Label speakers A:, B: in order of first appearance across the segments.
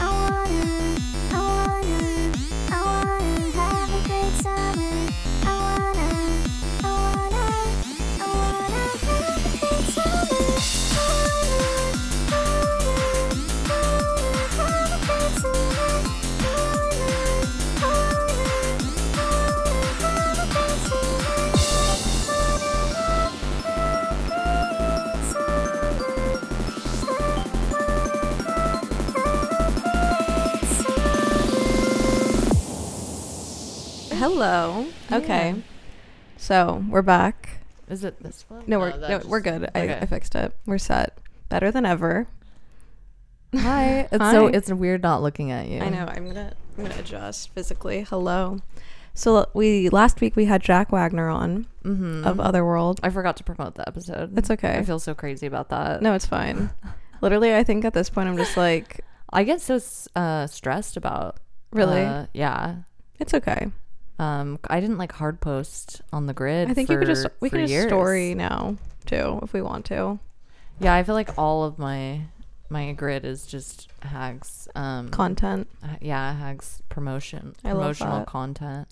A: wanna, I wanna, I wanna have a great summer. I wanna, I wanna, I wanna have a great summer. I wanna, I wanna, I wanna have a great summer. I wanna, I wanna, I wanna have a great
B: Hello. Okay. So we're back.
C: Is it this one?
B: No, we're no,
C: Oh, that
B: we're
C: just-
B: good.
C: okay.
B: I, I fixed it. We're set. Better than ever.
C: Hi. It's so
B: Hi.
C: it's weird not looking at you.
B: I know. I'm gonna I'm gonna adjust physically. Hello. So we last week we had Jack Wagner on
C: Mm-hmm.
B: of Otherworld.
C: I forgot to promote the episode.
B: It's okay.
C: I feel so crazy about that.
B: no, it's fine. Literally, I think at this point I'm just like,
C: I get so s- uh, stressed about.
B: Really?
C: uh, yeah.
B: it's okay.
C: Um, I didn't like hard post on the grid.
B: I think you could
C: for-
B: just we
C: for
B: can just
C: years.
B: story now too if we want to.
C: Yeah, I feel like all of my my grid is just hags. Um,
B: Content,
C: h- yeah, hags promotion,
B: I love
C: promotional
B: that.
C: content.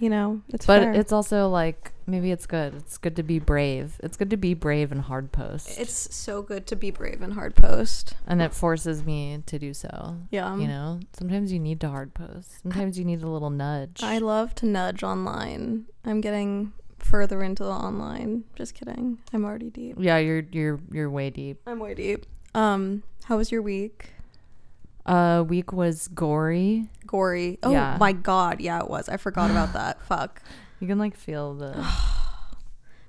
B: you know, it's
C: But
B: fair.
C: it's also like maybe it's good. It's good to be brave. It's good to be brave and hard post.
B: it's so good to be brave and hard post.
C: and it forces me to do so.
B: Yeah.
C: you know, sometimes you need to hard post. Sometimes you need a little nudge.
B: I love to nudge online. I'm getting further into the online. Just kidding. I'm already deep.
C: yeah, you're you're you're way deep.
B: I'm way deep. Um, how was your week?
C: Uh, week was gory.
B: Gory. Oh
C: Yeah.
B: my god, yeah, it was. I forgot about that. Fuck.
C: You can like feel the.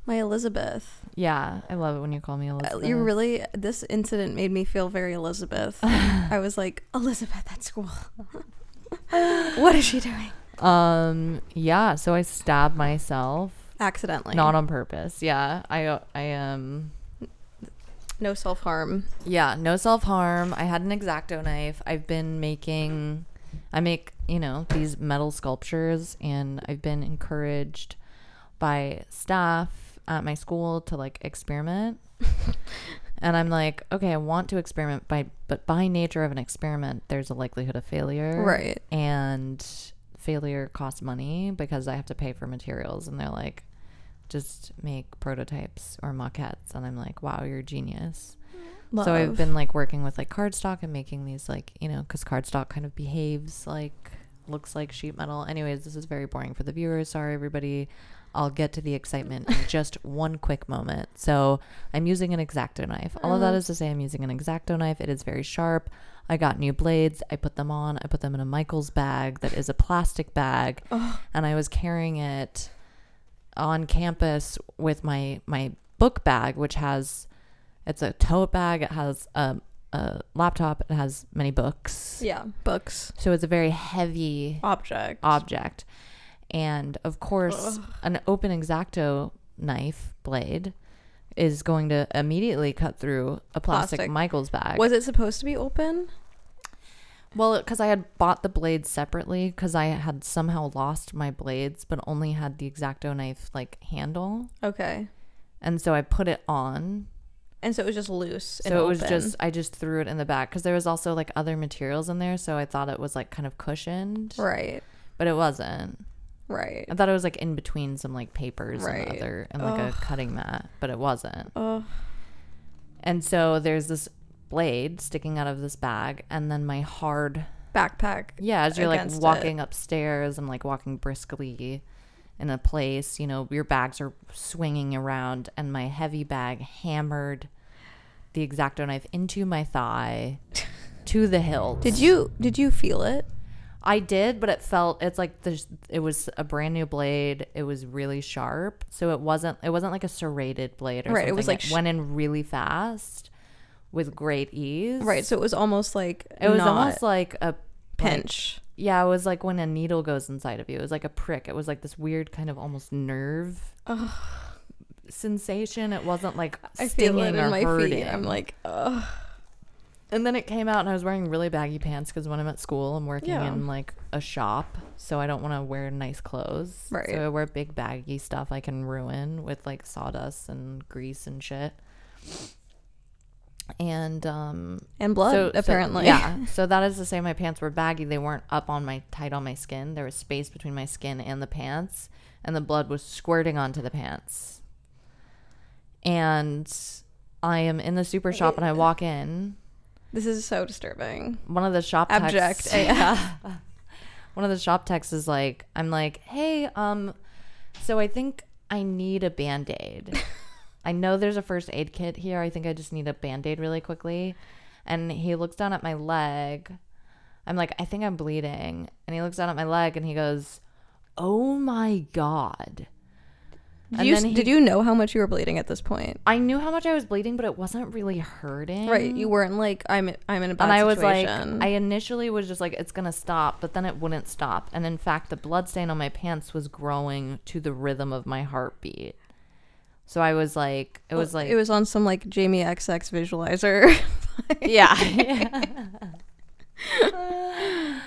B: My Elizabeth.
C: yeah, I love it when you call me
B: Uh,
C: Elizabeth.
B: You really this incident made me feel very Elizabeth. I was like, Elizabeth at school. what is she doing?
C: Um. Yeah. So I stabbed myself,
B: Accidentally.
C: not on purpose. Yeah. I. I um.
B: no self harm.
C: Yeah. No self harm. I had an exacto knife. I've been making. I make you know these metal sculptures, and I've been encouraged by staff at my school to like experiment. and I'm like, okay, I want to experiment by, but by nature of an experiment, there's a likelihood of failure,
B: Right.
C: and failure costs money because I have to pay for materials. And they're like, just make prototypes or maquettes. And I'm like, wow, you're a genius. So I've
B: Love.
C: been like working with like cardstock and making these like, you know, because cardstock kind of behaves like, looks like sheet metal. Anyways, this is very boring for the viewers. Sorry, everybody. I'll get to the excitement in just one quick moment. So I'm using an exacto knife. All of that is to say, I'm using an exacto knife. It is very sharp. I got new blades. I put them on. I put them in a Michaels bag that is a plastic bag, and I was carrying it on campus with my my book bag, which has it's a tote bag. It has a, a laptop. It has many books.
B: Yeah. Books.
C: So it's a very heavy
B: Object.
C: object. And of course, an open exacto knife blade is going to immediately cut through a plastic,
B: Plastic.
C: Michaels bag.
B: Was it supposed to be open?
C: well, because I had bought the blades separately because I had somehow lost my blades, but only had the exacto knife like handle.
B: Okay.
C: And so I put it on.
B: And so it was just loose.
C: So it was just, I just threw it in the back because there was also like other materials in there. So I thought it was like kind of cushioned,
B: right,
C: but it wasn't.
B: right.
C: I thought it was like in between some like papers
B: Right.
C: and other and like a cutting mat, but it wasn't.
B: Ugh.
C: And so there's this blade sticking out of this bag, and then my hard
B: Backpack.
C: yeah, as you're like
B: Against it.
C: walking upstairs and like walking briskly in a place, you know, your bags are swinging around, and my heavy bag hammered the exacto knife into my thigh to the hilt.
B: Did you did you feel it?
C: I did, but it felt it's like there's it was a brand new blade. It was really sharp, so it wasn't it wasn't like a serrated blade or
B: Right,
C: something.
B: it was like sh-
C: went in really fast with great ease.
B: Right. So it was almost like
C: It was
B: not
C: almost like a
B: pinch.
C: yeah. It was like when a needle goes inside of you. It was like a prick. It was like this weird kind of almost nerve sensation. It wasn't like
B: I feel
C: stinging
B: it
C: or
B: in my
C: hurting.
B: feet. I'm like, ugh.
C: And then it came out, and I was wearing really baggy pants because when I'm at school, I'm working
B: Yeah.
C: in like a shop, so I don't want to wear nice clothes.
B: Right.
C: So I wear big baggy stuff I can ruin with like sawdust and grease and shit. and um
B: And blood, apparently.
C: yeah so that is to say my pants were baggy they weren't up on my tight on my skin there was space between my skin and the pants and the blood was squirting onto the pants and i am in the super shop and i walk in
B: This is so disturbing.
C: one of the shop
B: Abject
C: texts, one of the shop texts is like i'm like hey um so i think i need a band-aid i know there's a first aid kit here i think i just need a band-aid really quickly and he looks down at my leg i'm like i think i'm bleeding and he looks down at my leg and he goes oh my god
B: Did
C: And
B: you,
C: then he-
B: did you know how much you were bleeding at this point?
C: i knew how much i was bleeding but it wasn't really hurting
B: Right, you weren't like I'm. I'm in a bad
C: Um, and I was like,
B: situation.
C: I initially was just like, it's gonna stop, but then it wouldn't stop, and in fact, the blood stain on my pants was growing to the rhythm of my heartbeat. So I was like, it was like,
B: it was on some like Jamie XX visualizer.
C: yeah,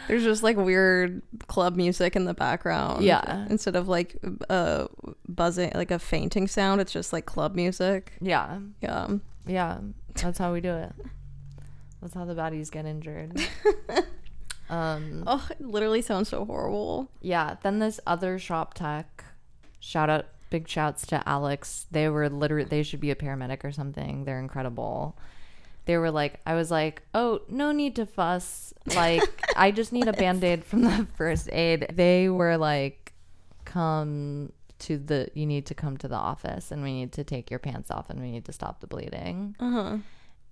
B: There's just like weird club music in the background.
C: Yeah.
B: Instead of like a buzzing, like a fainting sound, it's just like club music.
C: yeah,
B: Yeah.
C: yeah. That's how we do it. That's how the baddies get injured. um,
B: Oh, it literally sounds so horrible.
C: yeah. Then this other shop tech, shout out, big shouts to Alex. They were literally, they should be a paramedic or something. They're incredible. they were like i was like oh no need to fuss like i just need a band-aid from the first aid they were like come to the you need to come to the office and we need to take your pants off and we need to stop the bleeding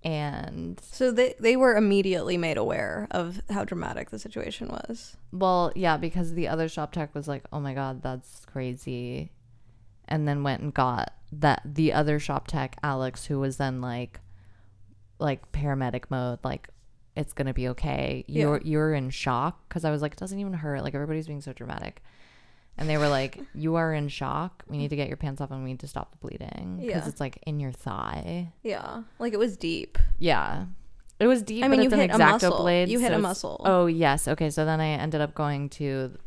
C: and
B: So they they were immediately made aware of how dramatic the situation was.
C: well yeah because the other shop tech was like oh my god that's crazy and then went and got that the other shop tech alex who was then like like paramedic mode like it's gonna be okay you're you're in shock because i was like it doesn't even hurt like everybody's being so dramatic and they were like you are in shock we need to get your pants off and we need to stop the bleeding because
B: Yeah.
C: it's like in your thigh
B: Yeah. Like it was deep.
C: yeah it was deep
B: I
C: I
B: mean,
C: mean,
B: you
C: it's an
B: hit a
C: exacto
B: muscle.
C: blade
B: You hit
C: so
B: a
C: it's-
B: muscle.
C: oh yes okay so then i ended up going to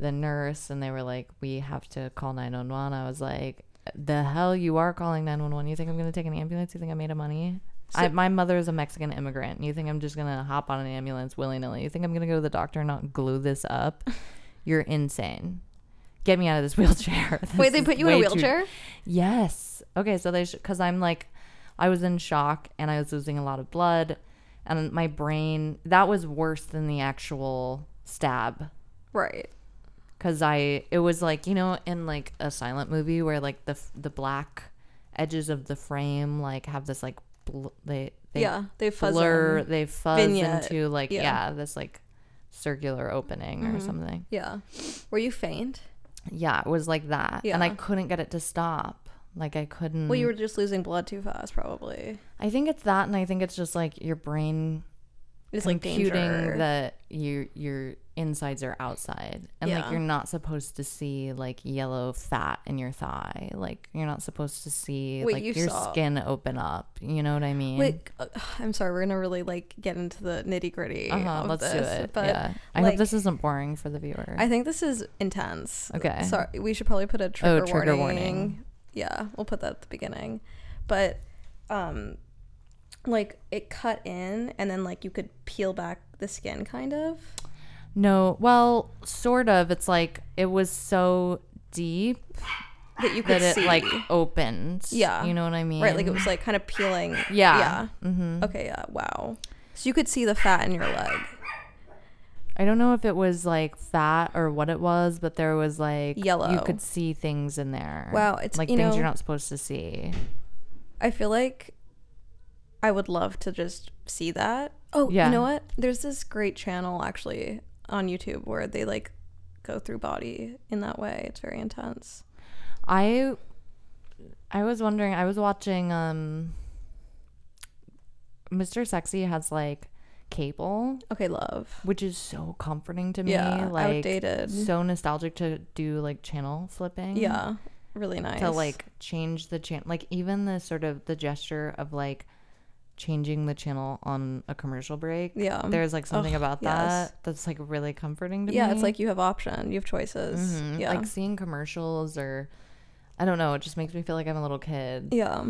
C: the nurse and they were like we have to call 911 i was like the hell you are calling 911 you think i'm gonna take an ambulance you think i'm made of money I, my mother is a Mexican immigrant. You think I'm just gonna hop on an ambulance willy nilly? You think I'm gonna go to the doctor and not glue this up? You're insane. Get me out of this wheelchair.
B: Wait,
C: This
B: they
C: is
B: put you in a
C: way too-
B: wheelchair?
C: Yes. Okay, so they because I'm like, I was in shock and I was losing a lot of blood, and my brain that was worse than the actual stab
B: Right.
C: because I it was like you know in like a silent movie where like the f- the black edges of the frame like have this like bl- they they
B: yeah. They fuzz.
C: blur
B: in.
C: they fuzz
B: Vignette.
C: into like
B: Yeah. Mm-hmm.
C: yeah. this like circular opening or something
B: Yeah. Were you faint?
C: yeah it was like that and I
B: Yeah.
C: couldn't get it to stop like I couldn't
B: Well, you were just losing blood too fast, probably.
C: I think it's that, and I think it's just like your brain
B: It's like
C: computing
B: danger.
C: that your your insides are outside, and
B: Yeah.
C: like you're not supposed to see like yellow fat in your thigh, like you're not supposed to see
B: Wait,
C: like
B: you
C: your
B: saw-
C: skin open up. You know what I mean?
B: Wait, uh, I'm sorry. We're gonna really like get into the nitty gritty.
C: uh-huh,
B: of
C: let's
B: this,
C: do it.
B: But
C: yeah, I
B: like-
C: hope this isn't boring for the viewer.
B: I think this is intense.
C: Okay. Oh,
B: Sorry, we should probably put a trigger,
C: trigger
B: warning.
C: warning.
B: Yeah, we'll put that at the beginning. But um like it cut in and then like you could peel back the skin kind of.
C: no, well, sort of. It's like it was so deep
B: That you could
C: that it
B: see.
C: like opened.
B: Yeah.
C: you know what I mean?
B: right, like it was like kind of peeling.
C: Yeah. Mm-hmm.
B: Yeah. Okay, yeah. Wow. So you could see the fat in your leg.
C: I don't know if it was like fat or what it was, but there was like You
B: Yellow.
C: could see things in there.
B: Wow, it's-
C: like
B: you
C: things
B: know-
C: you're not supposed to see.
B: I feel like I would love to just see that. Oh,
C: Yeah.
B: you know what? There's this great channel actually on YouTube where they like go through body in that way. It's very intense.
C: I I was wondering. I was watching. um Mr. Sexy has like cable,
B: Okay, love.
C: which is so comforting to me.
B: Yeah,
C: like
B: outdated.
C: So nostalgic to do like channel flipping.
B: Yeah, really nice.
C: to like change the channel like even the sort of the gesture of like changing the channel on a commercial break
B: Yeah.
C: there's like something about that
B: Um, yes.
C: that's like really comforting to me
B: yeah, it's like you have option, you have choices.
C: Mhm.
B: Yeah,
C: like seeing commercials or i don't know it just makes me feel like i'm a little kid
B: yeah.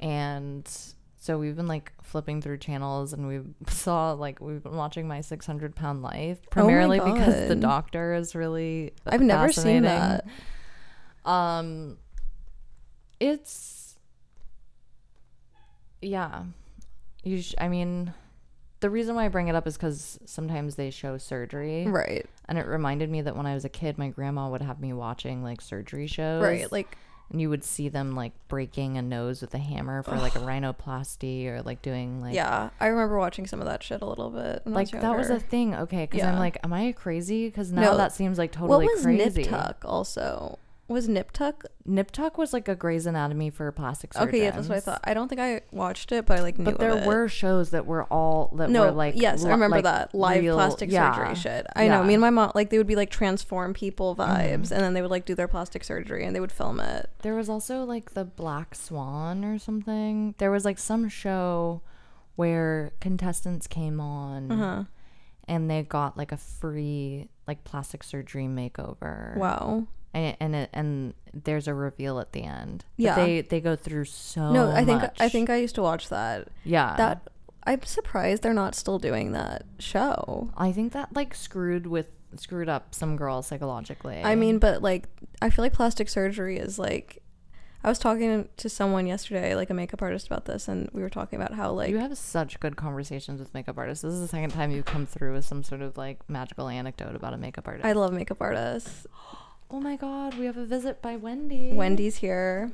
C: and So we've been like flipping through channels and we saw like we've been watching my 600 pound life primarily because the
B: Oh God.
C: doctor is really
B: I've never seen
C: fascinating.
B: that.
C: Um it's yeah. You sh- I mean the reason why I bring it up is cuz sometimes they show surgery
B: Right.
C: and it reminded me that when I was a kid my grandma would have me watching like surgery shows
B: Right. Like
C: and you would see them like breaking a nose with a hammer for like a rhinoplasty or like doing like
B: yeah, I remember watching some of that shit a little bit. When
C: like
B: I was
C: that was a
B: younger.
C: thing okay because i'm
B: Yeah.
C: like am i crazy because now
B: No.
C: that seems like totally
B: what was
C: crazy
B: Nip Tuck also? Was Nip Tuck?
C: nip tuck was like a Grey's anatomy for plastic surgeons
B: Okay, yeah, that's what I thought. I don't think I watched it, but I like knew
C: but there
B: of it.
C: were shows that were all that
B: no
C: were like
B: yes i
C: li-
B: remember
C: like,
B: that live
C: real-
B: plastic
C: yeah,
B: surgery shit i know
C: yeah. Mm-hmm.
B: me and my mom like they would be like transform people vibes and then they would like do their plastic surgery and they would film it
C: There was also like the Black Swan or something. There was like some show where contestants came on
B: Uh-huh.
C: and they got like a free like plastic surgery makeover.
B: wow
C: And and, it, and there's a reveal at the end. But
B: Yeah.
C: They they go through so
B: no i think i
C: Oh, much.
B: think i used to watch that
C: yeah.
B: that i'm surprised they're not still doing that show
C: I think that like screwed with screwed up some girls psychologically.
B: i mean but like i feel like plastic surgery is like i was talking to someone yesterday like a makeup artist about this and we were talking about how like
C: you have such good conversations with makeup artists. This is the second time you've come through with some sort of like magical anecdote about a makeup artist.
B: i love makeup artists
C: Oh my god, we have a visit by Wendy.
B: wendy's here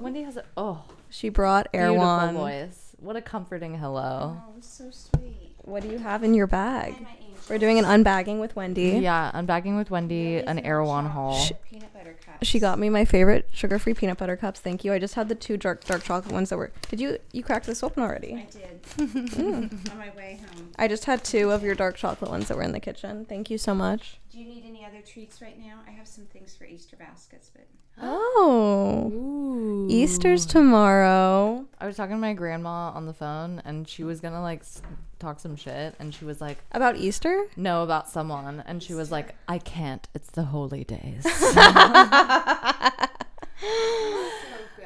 C: Wendy has a oh
B: she brought
C: beautiful
B: erwan
C: voice. What a comforting hello.
D: Oh, so sweet.
B: What do you have in your bag?
D: My angel.
B: We're doing an unbagging with Wendy.
C: Yeah, unbagging with Wendy, an Erewhon haul.
D: Peanut butter cups.
B: She got me my favorite sugar-free peanut butter cups. Thank you. I just had the two dark dark chocolate ones that were. Did you you crack this open
D: I
B: already?
D: did. On my
B: Hmm.
D: way home.
B: I just had two of your dark chocolate ones that were in the kitchen. Thank you so much.
D: Do you need any other treats right now? I have some things for Easter baskets, but
B: Oh,
C: Ooh.
B: Easter's tomorrow.
C: I was talking to my grandma on the phone, and she was gonna like s- talk some shit, and she was like,
B: About Easter?
C: "No, about someone," and she was like, "I can't. It's the holy days."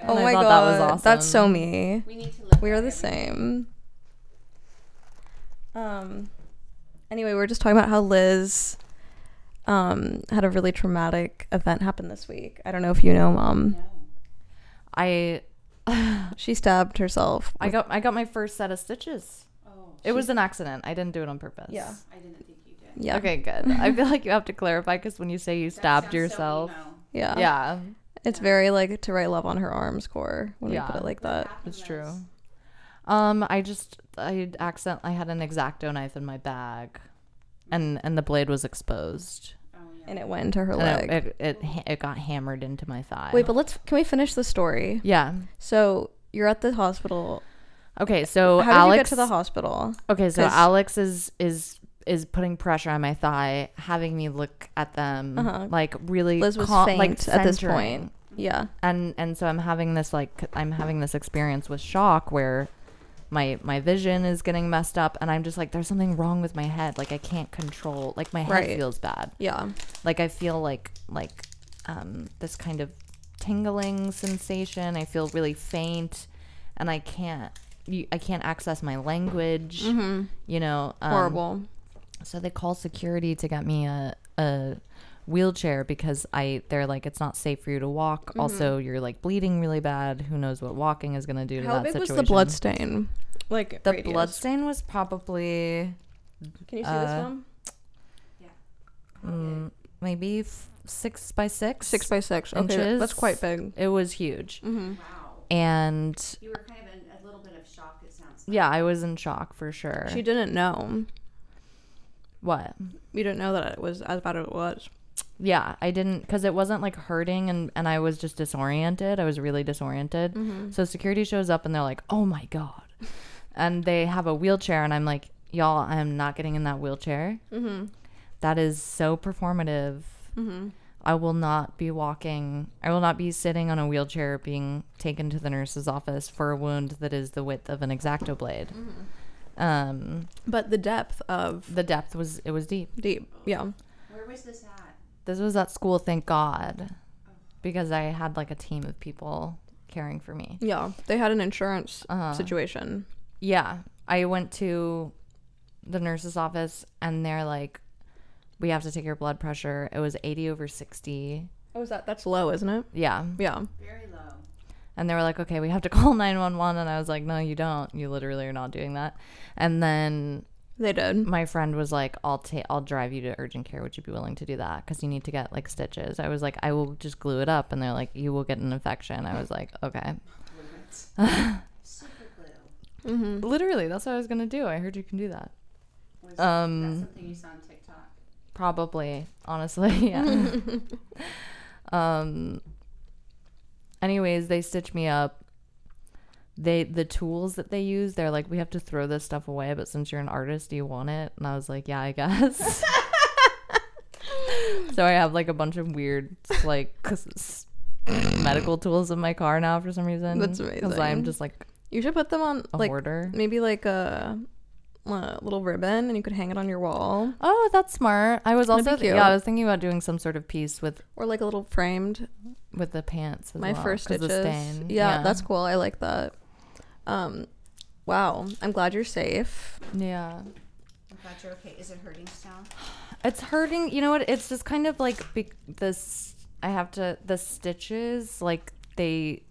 B: oh
C: I
B: my
C: thought
B: god,
C: that was
B: that's so
C: awesome.
B: me.
D: we need to look.
B: We are
D: at
B: the
D: every-
B: same. Um. Anyway, we were just talking about how Liz, um, had a really traumatic event happen this week. I don't know if you know, Mom.
D: No.
C: I
B: She stabbed herself.
C: I got I got my first set of stitches.
D: Oh,
C: It was an accident. I didn't do it on purpose.
B: Yeah.
D: I didn't think you did.
B: Yeah.
C: Okay, good. I feel like you have to clarify because when you say you stabbed
D: Sounds so
C: yourself,
D: emo.
B: Yeah.
C: yeah,
B: It's very like to write love on her arms core when we put
C: Yeah.
B: it like
D: What
B: that.
D: happened
C: it's
D: was-
C: true. Um, I just I accident I had an exacto knife in my bag, and and the blade was exposed.
D: Oh, yeah.
B: And it went into her
C: And
B: leg.
C: it, it, it ha- it got hammered into my thigh.
B: Wait, but let's can we finish the story?
C: yeah.
B: So you're at the hospital.
C: Okay, so
B: How did
C: Alex.
B: you get to the hospital?
C: Okay, so
B: 'Cause-
C: Alex is is is putting pressure on my thigh, having me look at them,
B: Uh-huh.
C: like really
B: Liz was
C: con-
B: faint
C: like
B: at this
C: centering.
B: point. Yeah.
C: and and so I'm having this like I'm having this experience with shock where my my vision is getting messed up and I'm just like there's something wrong with my head like I can't control like my head
B: Right.
C: feels bad
B: Yeah.
C: like I feel like like um this kind of tingling sensation I feel really faint and I can't you, I can't access my language you know um,
B: Mm-hmm. Horrible.
C: so they call security to get me a a wheelchair because I they're like it's not safe for you to walk.
B: Mm-hmm.
C: Also, you're like bleeding really bad. Who knows what walking is gonna do to
B: How
C: that
B: big was
C: situation?
B: the blood stain? Like
C: The blood stain was probably
B: Can you see
C: uh,
B: this one?
C: mm, maybe f- six by six.
B: Six by Mm-hmm. six. Okay,
C: inches.
B: that's quite big.
C: It was huge,
D: Wow.
C: and
D: You were kind of in a little bit of shock. It sounds.
C: yeah, I was in shock for sure.
B: She didn't know.
C: what?
B: We didn't know that it was as bad as it was.
C: yeah i didn't because it wasn't like hurting and and i was just disoriented i was really disoriented so security shows up and they're like oh my god and they have a wheelchair and i'm like y'all i am not getting in that wheelchair That is so performative i will not be walking i will not be sitting on a wheelchair being taken to the nurse's office for a wound that is the width of an exacto blade um
B: But the depth of
C: the depth was it was deep
B: deep. Yeah.
D: Where was this at?
C: this was at school thank god because i had like a team of people caring for me.
B: Yeah, they had an insurance
C: Uh-huh.
B: situation.
C: Yeah. I went to the nurse's office and they're like, we have to take your blood pressure. It was 80 over 60.
B: Oh, is that that's low, isn't it?
C: Yeah.
B: Yeah.
C: And they were like, okay, we have to call 911. And I was like, no, you don't. You literally are not doing that. And then
B: They did.
C: my friend was like, I'll take, I'll drive you to urgent care. Would you be willing to do that? Because you need to get like stitches. I was like, I will just glue it up. And they're like, you will get an infection. I was like, okay.
B: Mm-hmm.
C: Literally, that's what I was gonna do. I heard you can do that.
D: Was
C: Um,
D: that something you saw on TikTok?
C: Probably, honestly, yeah. um. Anyways, they stitch me up. They the tools that they use, they're like, we have to throw this stuff away, but since you're an artist, do you want it? And I was like, yeah, I guess. so I have like a bunch of weird like s- medical tools in my car now for some reason.
B: That's
C: I'm
B: amazing.
C: just like
B: You should put them on
C: a
B: like
C: hoarder.
B: maybe like a, a little ribbon, and you could hang it on your wall,
C: Oh, that's smart. I was
B: That'd be
C: also
B: cute.
C: yeah, I was thinking about doing some sort of piece with
B: or like a little framed
C: with the pants. As
B: my
C: well,
B: first
C: 'cause
B: stitches.
C: the stain.
B: Yeah, that's cool. I like that. Um, wow. I'm glad you're safe.
C: yeah.
D: I'm glad you're okay. Is it hurting still?
C: It's hurting. You know what? It's just kind of like be- this. I have to the stitches like they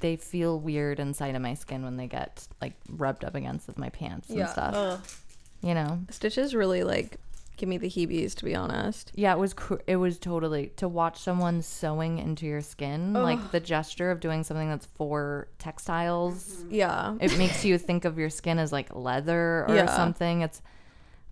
C: they feel weird inside of my skin when they get like rubbed up against with my pants and stuff.
B: uh.
C: You know.
B: Stitches really like give me the heebies, to be honest.
C: Yeah, it was cr- it was totally to watch someone sewing into your skin, like the gesture of doing something that's for textiles.
B: Yeah.
C: it makes you think of your skin as like leather or
B: Yeah.
C: something. It's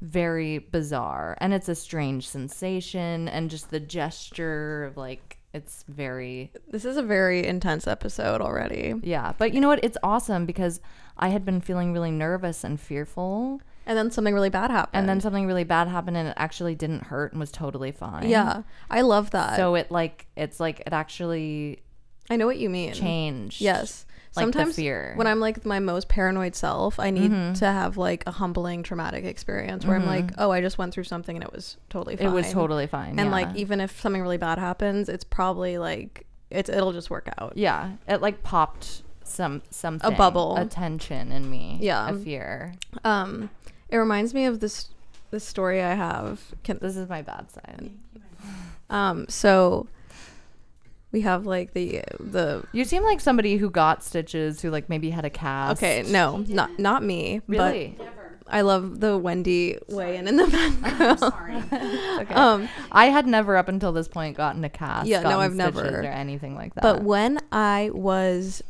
C: very bizarre and it's a strange sensation and just the gesture of like it's very
B: This is a very intense episode already.
C: yeah but you know what it's awesome because i had been feeling really nervous and fearful
B: And then something really bad happened.
C: and then something really bad happened and it actually didn't hurt and was totally fine
B: yeah, I love that.
C: so it like it's like it actually
B: I know what you mean.
C: changed
B: Yes.
C: like, the
B: Sometimes
C: fear. Mm-hmm.
B: when I'm like my most paranoid self, I need to have like a humbling traumatic experience where I'm like, oh, I just went through something and it was totally fine.
C: it was totally fine
B: And like e
C: yeah.
B: even if something really bad happens, it's probably like it's it'll just work out.
C: Yeah, it like popped some something
B: bubble.
C: a tension in me.
B: Yeah.
C: a fear.
B: Um it reminds me of this this story I have. Can,
C: This is my bad side.
B: um so we have like the the
C: You seem like somebody who got stitches, who like maybe had a cast.
B: Okay, no, not not me,
C: really.
D: Never.
B: but I love the Wendy weigh in in the background.
D: Sorry.
C: okay.
B: Um,
C: I had never up until this point gotten a cast.
B: Yeah, no,
C: gotten
B: I've
C: stitches
B: never.
C: or anything like that.
B: But when I was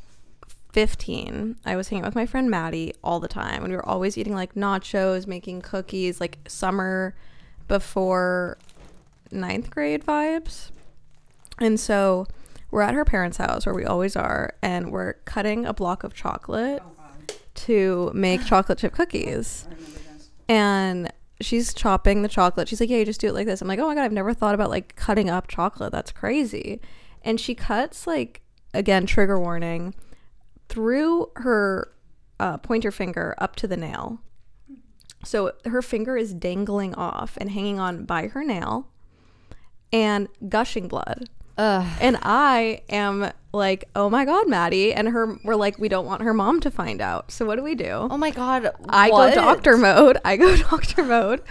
B: 15, I was hanging out with my friend Maddie all the time, and we were always eating like nachos, making cookies, like summer before ninth grade vibes. And so we're at her parents' house where we always are, and we're cutting a block of chocolate
C: Oh,
B: to make chocolate chip cookies. And she's chopping the chocolate. She's like, Yeah, you just do it like this. I'm like, Oh my God, I've never thought about like cutting up chocolate. That's crazy. And she cuts, like, again, trigger warning, through her uh, pointer finger up to the nail. So her finger is dangling off and hanging on by her nail and gushing blood.
C: Ugh.
B: And I am like, oh my God, Maddie. And her, we're like, we don't want her mom to find out. So what do we do?
C: oh my god,
B: I
C: what?
B: go doctor mode. I go doctor mode.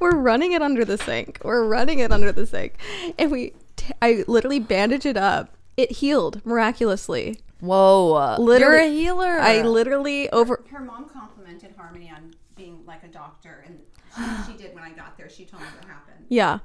B: We're running it under the sink. We're running it under the sink. And we, t- I literally bandage it up. It healed miraculously.
C: Whoa,
B: Literally-
C: you're a healer.
B: I literally over.
D: Her mom complimented Harmony on being like a doctor, and she, she did when I got there. She told me what happened.
B: Yeah.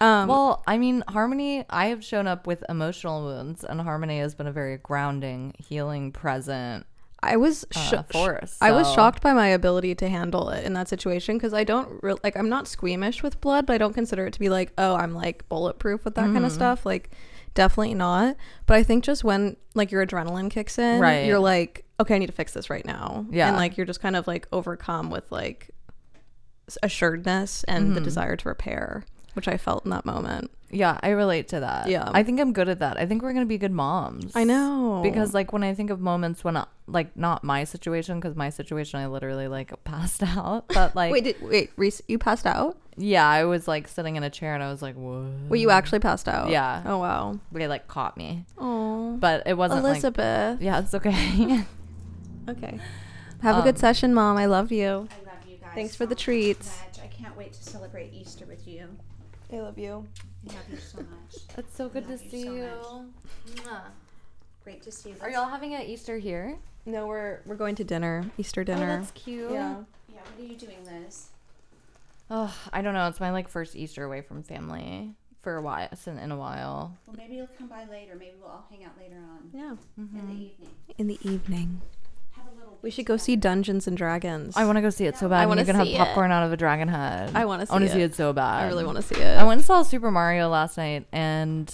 B: Um,
C: Well, I mean, Harmony, I have shown up with emotional wounds, and Harmony has been a very grounding, healing, present
B: I was sh-
C: uh, force.
B: I was
C: so-
B: shocked by my ability to handle it in that situation because I don't re- like I'm not squeamish with blood, but I don't consider it to be like oh I'm like bulletproof with that kind
C: Mm.
B: of stuff. Like definitely not. But I think just when like your adrenaline kicks in,
C: Right.
B: you're like okay I need to fix this right now.
C: Yeah.
B: and like you're just kind of like overcome with like s- assuredness and
C: Mm-hmm.
B: the desire to repair, which I felt in that moment.
C: Yeah, I relate to that.
B: Yeah.
C: I think I'm good at that. I think we're gonna be good moms.
B: I know
C: Because like when I think of moments when I, like not my situation because my situation I literally like passed out but like
B: wait did, wait Reese you passed out.
C: yeah, I was like sitting in a chair and I was like, what?
B: Well, you actually passed out.
C: Mm. Yeah.
B: Oh wow.
C: They like caught me,
B: Oh.
C: but it wasn't like.
B: Elizabeth.
C: Yeah, it's okay.
B: Okay. Have a good
C: Um,
B: session, mom. I love you.
D: I love you guys.
B: Thanks for
D: so
B: the treats.
D: much. I can't wait to celebrate Easter with you.
B: I love you.
D: I love you so much.
C: it's so
D: good to Love you see so Great to see you.
C: Are y'all having an Easter here?
B: No, we're we're going to dinner. Easter
C: Oh,
B: dinner.
C: that's cute.
D: Yeah, what are you doing, Liz?
C: Oh, I don't know. It's my like first Easter away from family for a while, sin- in a while.
D: Well, maybe you'll come by later. Maybe we'll all hang out later on
B: Yeah. Mm-hmm.
D: in the evening.
B: In the evening.
D: Have a little.
B: We
D: get
B: should go see
D: together.
B: Dungeons and Dragons.
C: I want to go see it so
B: I
C: bad. and
B: wanna
C: you can have
B: see it.
C: popcorn out of a dragon head.
B: I wanna
C: I want
B: see
C: to see
B: it.
C: it so bad.
B: I really want to see it.
C: I went and saw Super Mario last night, and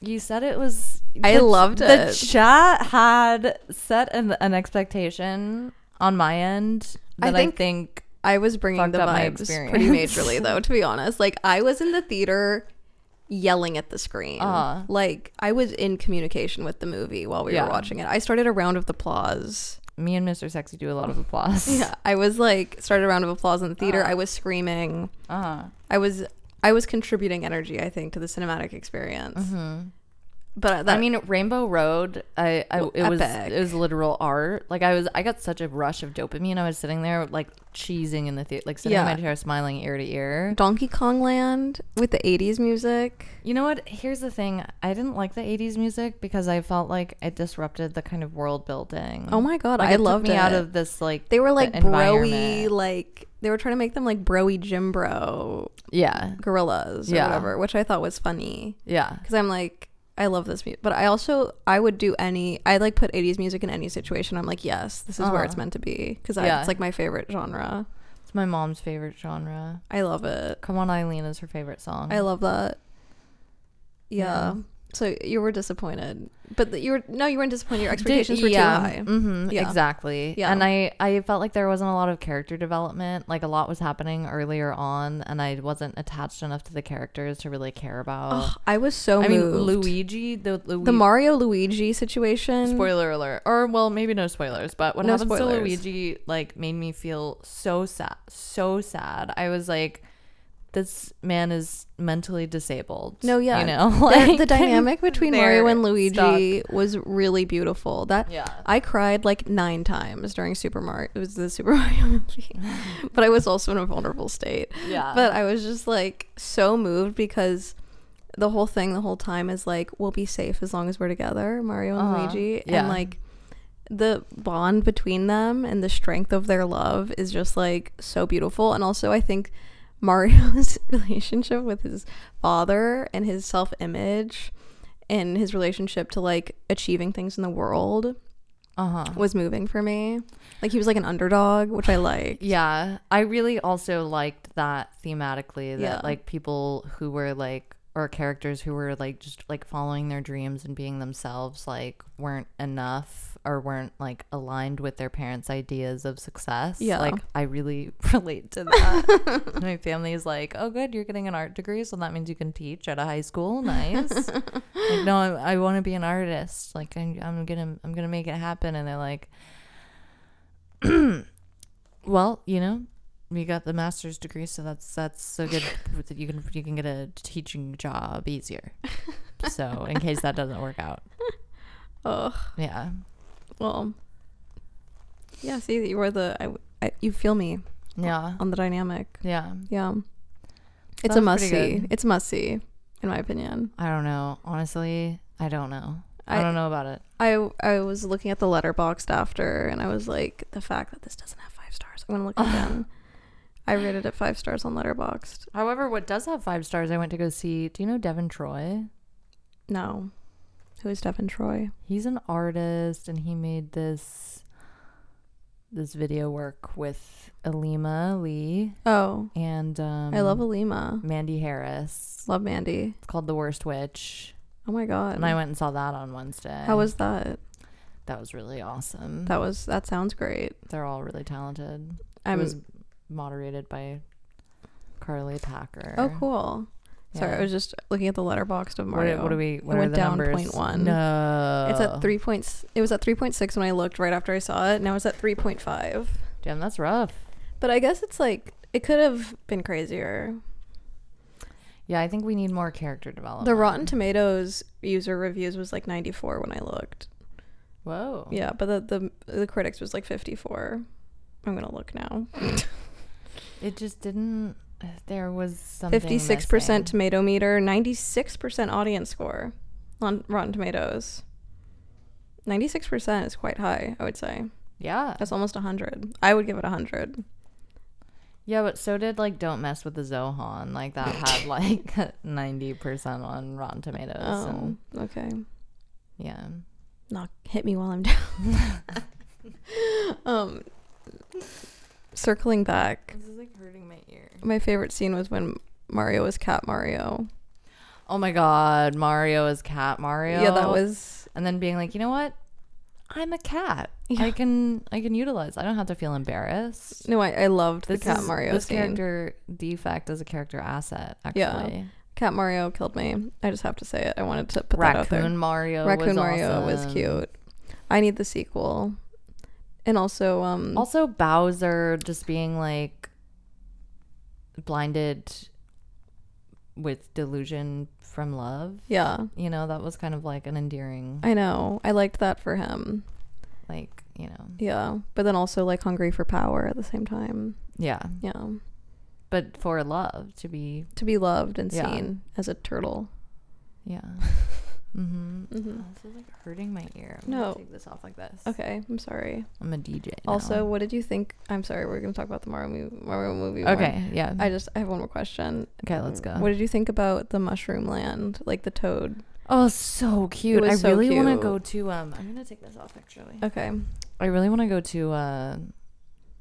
C: you said it was.
B: I loved
C: The
B: it.
C: chat had set an, an expectation on my end
B: I
C: that I
B: think-
C: think,
B: I was bringing
C: Fucked
B: the
C: up my
B: vibes pretty
C: experience.
B: majorly though, to be honest. Like I was in the theater yelling at the screen.
C: Uh-huh.
B: Like I was in communication with the movie while we
C: Yeah.
B: were watching it. I started a round of applause.
C: me and Mr. Sexy do a lot of applause.
B: Yeah. I was like started a round of applause in the theater.
C: Ah.
B: I was screaming.
C: Uh-huh.
B: I was I was contributing energy, I think, to the cinematic experience. But that,
C: Mm-hmm. I mean, Rainbow Road. I, I
B: Well,
C: it was
B: epic.
C: it was literal art. Like I was, I got such a rush of dopamine. I was sitting there like cheesing in the theater, like sitting
B: Yeah.
C: in my chair, smiling ear to ear.
B: Donkey Kong Land with the '80s music.
C: You know what? Here's the thing. I didn't like the '80s music because I felt like it disrupted the kind of world building.
B: Oh my god,
C: Like,
B: I
C: it took
B: loved
C: me
B: it.
C: out of this like
B: they were
C: the
B: like broy,
C: environment.
B: like they were trying to make them like broy Jim Bro
C: yeah
B: gorillas or
C: Yeah.
B: whatever, which I thought was funny
C: yeah
B: because I'm like. I love this music, but I also I would do any. I like put '80s music in any situation. I'm like, yes, this is where
C: Uh-huh.
B: it's meant to be because
C: Yeah.
B: it's like my favorite genre.
C: it's my mom's favorite genre.
B: I love it.
C: Come on, Eileen is her favorite song.
B: I love that. Yeah.
C: Um, Yeah.
B: So you were disappointed, but th- you were no, you weren't disappointed. Your
C: Did-
B: expectations were too high.
C: mhm,
B: Yeah.
C: Exactly.
B: Yeah.
C: And I, I felt like there wasn't a lot of character development. Like a lot was happening earlier on, and I wasn't attached enough to the characters to really care about.
B: Ugh, I was so
C: I mean,
B: moved.
C: Luigi, the Luigi.
B: the Mario Luigi situation.
C: spoiler alert, or well, maybe no spoilers, but what
B: Mm-hmm. No
C: happens
B: spoilers.
C: to Luigi like made me feel so sad, so sad. I was like, this man is mentally disabled.
B: No, yeah,
C: you know,
B: Their-
C: like
B: the dynamic between
C: they're
B: Mario and Luigi was really beautiful. That
C: Yeah.
B: I cried like nine times during Super Mario. It was the Super Mario movie, but I was also in a vulnerable state.
C: Yeah.
B: but I was just like so moved because the whole thing the whole time is like we'll be safe as long as we're together, Mario and
C: Uh-huh.
B: Luigi, and
C: Yeah.
B: like the bond between them and the strength of their love is just like so beautiful. And also, I think Mario's relationship with his father and his self image and his relationship to like achieving things in the world
C: Uh huh.
B: was moving for me. Like, he was like an underdog, which I like.
C: Yeah, I really also liked that thematically that
B: Yeah.
C: like people who were like or characters who were like just like following their dreams and being themselves like weren't enough or weren't like aligned with their parents' ideas of success.
B: Yeah.
C: Like I really relate to that. My family is like, "Oh good, you're getting an art degree, so that means you can teach at a high school. Nice." like, "No, I, I want to be an artist. Like I'm, I'm going to I'm going to make it happen." And they're like, well, you know, we got the master's degree, so that's that's so good that you can you can get a teaching job easier. So in case that doesn't work out,
B: Ugh.
C: yeah,
B: Well, yeah, see, you were the. I, I, you feel me
C: yeah,
B: on the dynamic.
C: yeah.
B: Yeah. It's a
C: That was
B: must
C: pretty
B: see.
C: good.
B: It's must see, in my opinion.
C: I don't know. Honestly, I don't know. I,
B: I-
C: don't know about it.
B: I I was looking at the letterboxed after, and I was like, the fact that this doesn't have five stars, I'm gonna look again. I rated it five stars on Letterboxd.
C: However, what does have five stars? I went to go see. Do you know Devin Troy?
B: No, who is Devin Troy?
C: He's an artist, and he made this this video work with Alima Lee
B: Oh,
C: and um,
B: I love Alima.
C: Mandy Harris.
B: Love Mandy.
C: It's called The Worst Witch.
B: Oh my god.
C: And I went and saw that on Wednesday.
B: How was that?
C: that was really awesome.
B: That was that sounds great.
C: They're all really talented.
B: I
C: it
B: was
C: was moderated by Carly Packer.
B: oh cool. Sorry,
C: Yeah.
B: I was just looking at the letterboxd of
C: What,
B: Mario.
C: what do we? uh, What
B: went
C: are the
B: down
C: numbers?
B: 0.1.
C: No,
B: It's at three points. It was at three point six when I looked right after I saw it. Now it's at three point five.
C: Damn, that's rough.
B: But I guess it's like it could have been crazier.
C: Yeah, I think we need more character development.
B: The Rotten Tomatoes user reviews was like 94 when I looked.
C: Whoa.
B: Yeah, but the the, the critics was like 54. I'm gonna look now.
C: It just didn't. There was something.
B: 56 percent
C: missing.
B: tomato meter, 96 percent audience score on Rotten Tomatoes. 96 percent is quite high, I would say.
C: Yeah.
B: That's almost 100. I would give it 100.
C: Yeah, but so did like Don't Mess with the Zohan. Like that had like 90% on Rotten Tomatoes.
B: Oh,
C: And
B: okay.
C: yeah.
B: Knock, hit me while I'm down. um, circling back,
C: This is like hurting my ear.
B: my favorite scene was when Mario was Cat Mario.
C: Oh my god, Mario is cat Mario.
B: Yeah, that was
C: And then being like, you know what? I'm a cat. I can I can utilize. I don't have to feel embarrassed.
B: no. I, I loved the
C: This
B: Cat
C: is-
B: Mario
C: this
B: scene.
C: character defect is a character asset. Actually,
B: Yeah. Cat Mario killed me. I just have to say it. I wanted to put that out there.
C: Raccoon Mario.
B: Raccoon
C: was
B: Mario was
C: awesome.
B: cute. I need the sequel. And also, um,
C: Also, Bowser just being like blinded with delusion from love.
B: yeah,
C: You know, that was kind of like an endearing,
B: I know. I liked that for him.
C: like, you know,
B: Yeah, but then also like hungry for power at the same time.
C: yeah.
B: Yeah,
C: But for love to be,
B: to be loved and
C: Yeah.
B: seen as a turtle.
C: yeah. mm-hmm.
B: Mhm.
C: This is like hurting my ear. I'm
B: No.
C: gonna take this off like this.
B: Okay, I'm sorry.
C: I'm a DJ. now.
B: Also, what did you think? I'm sorry. We're gonna talk about the Mario movie. Mario movie. more.
C: okay, yeah.
B: I just I have one more question.
C: okay, let's go.
B: What did you think about the Mushroom Land, like the toad?
C: oh, so cute.
B: was
C: I
B: so
C: really want
B: cute. Oh.
C: to go to, um, I'm gonna take this off actually.
B: Okay,
C: I really want to go to, uh,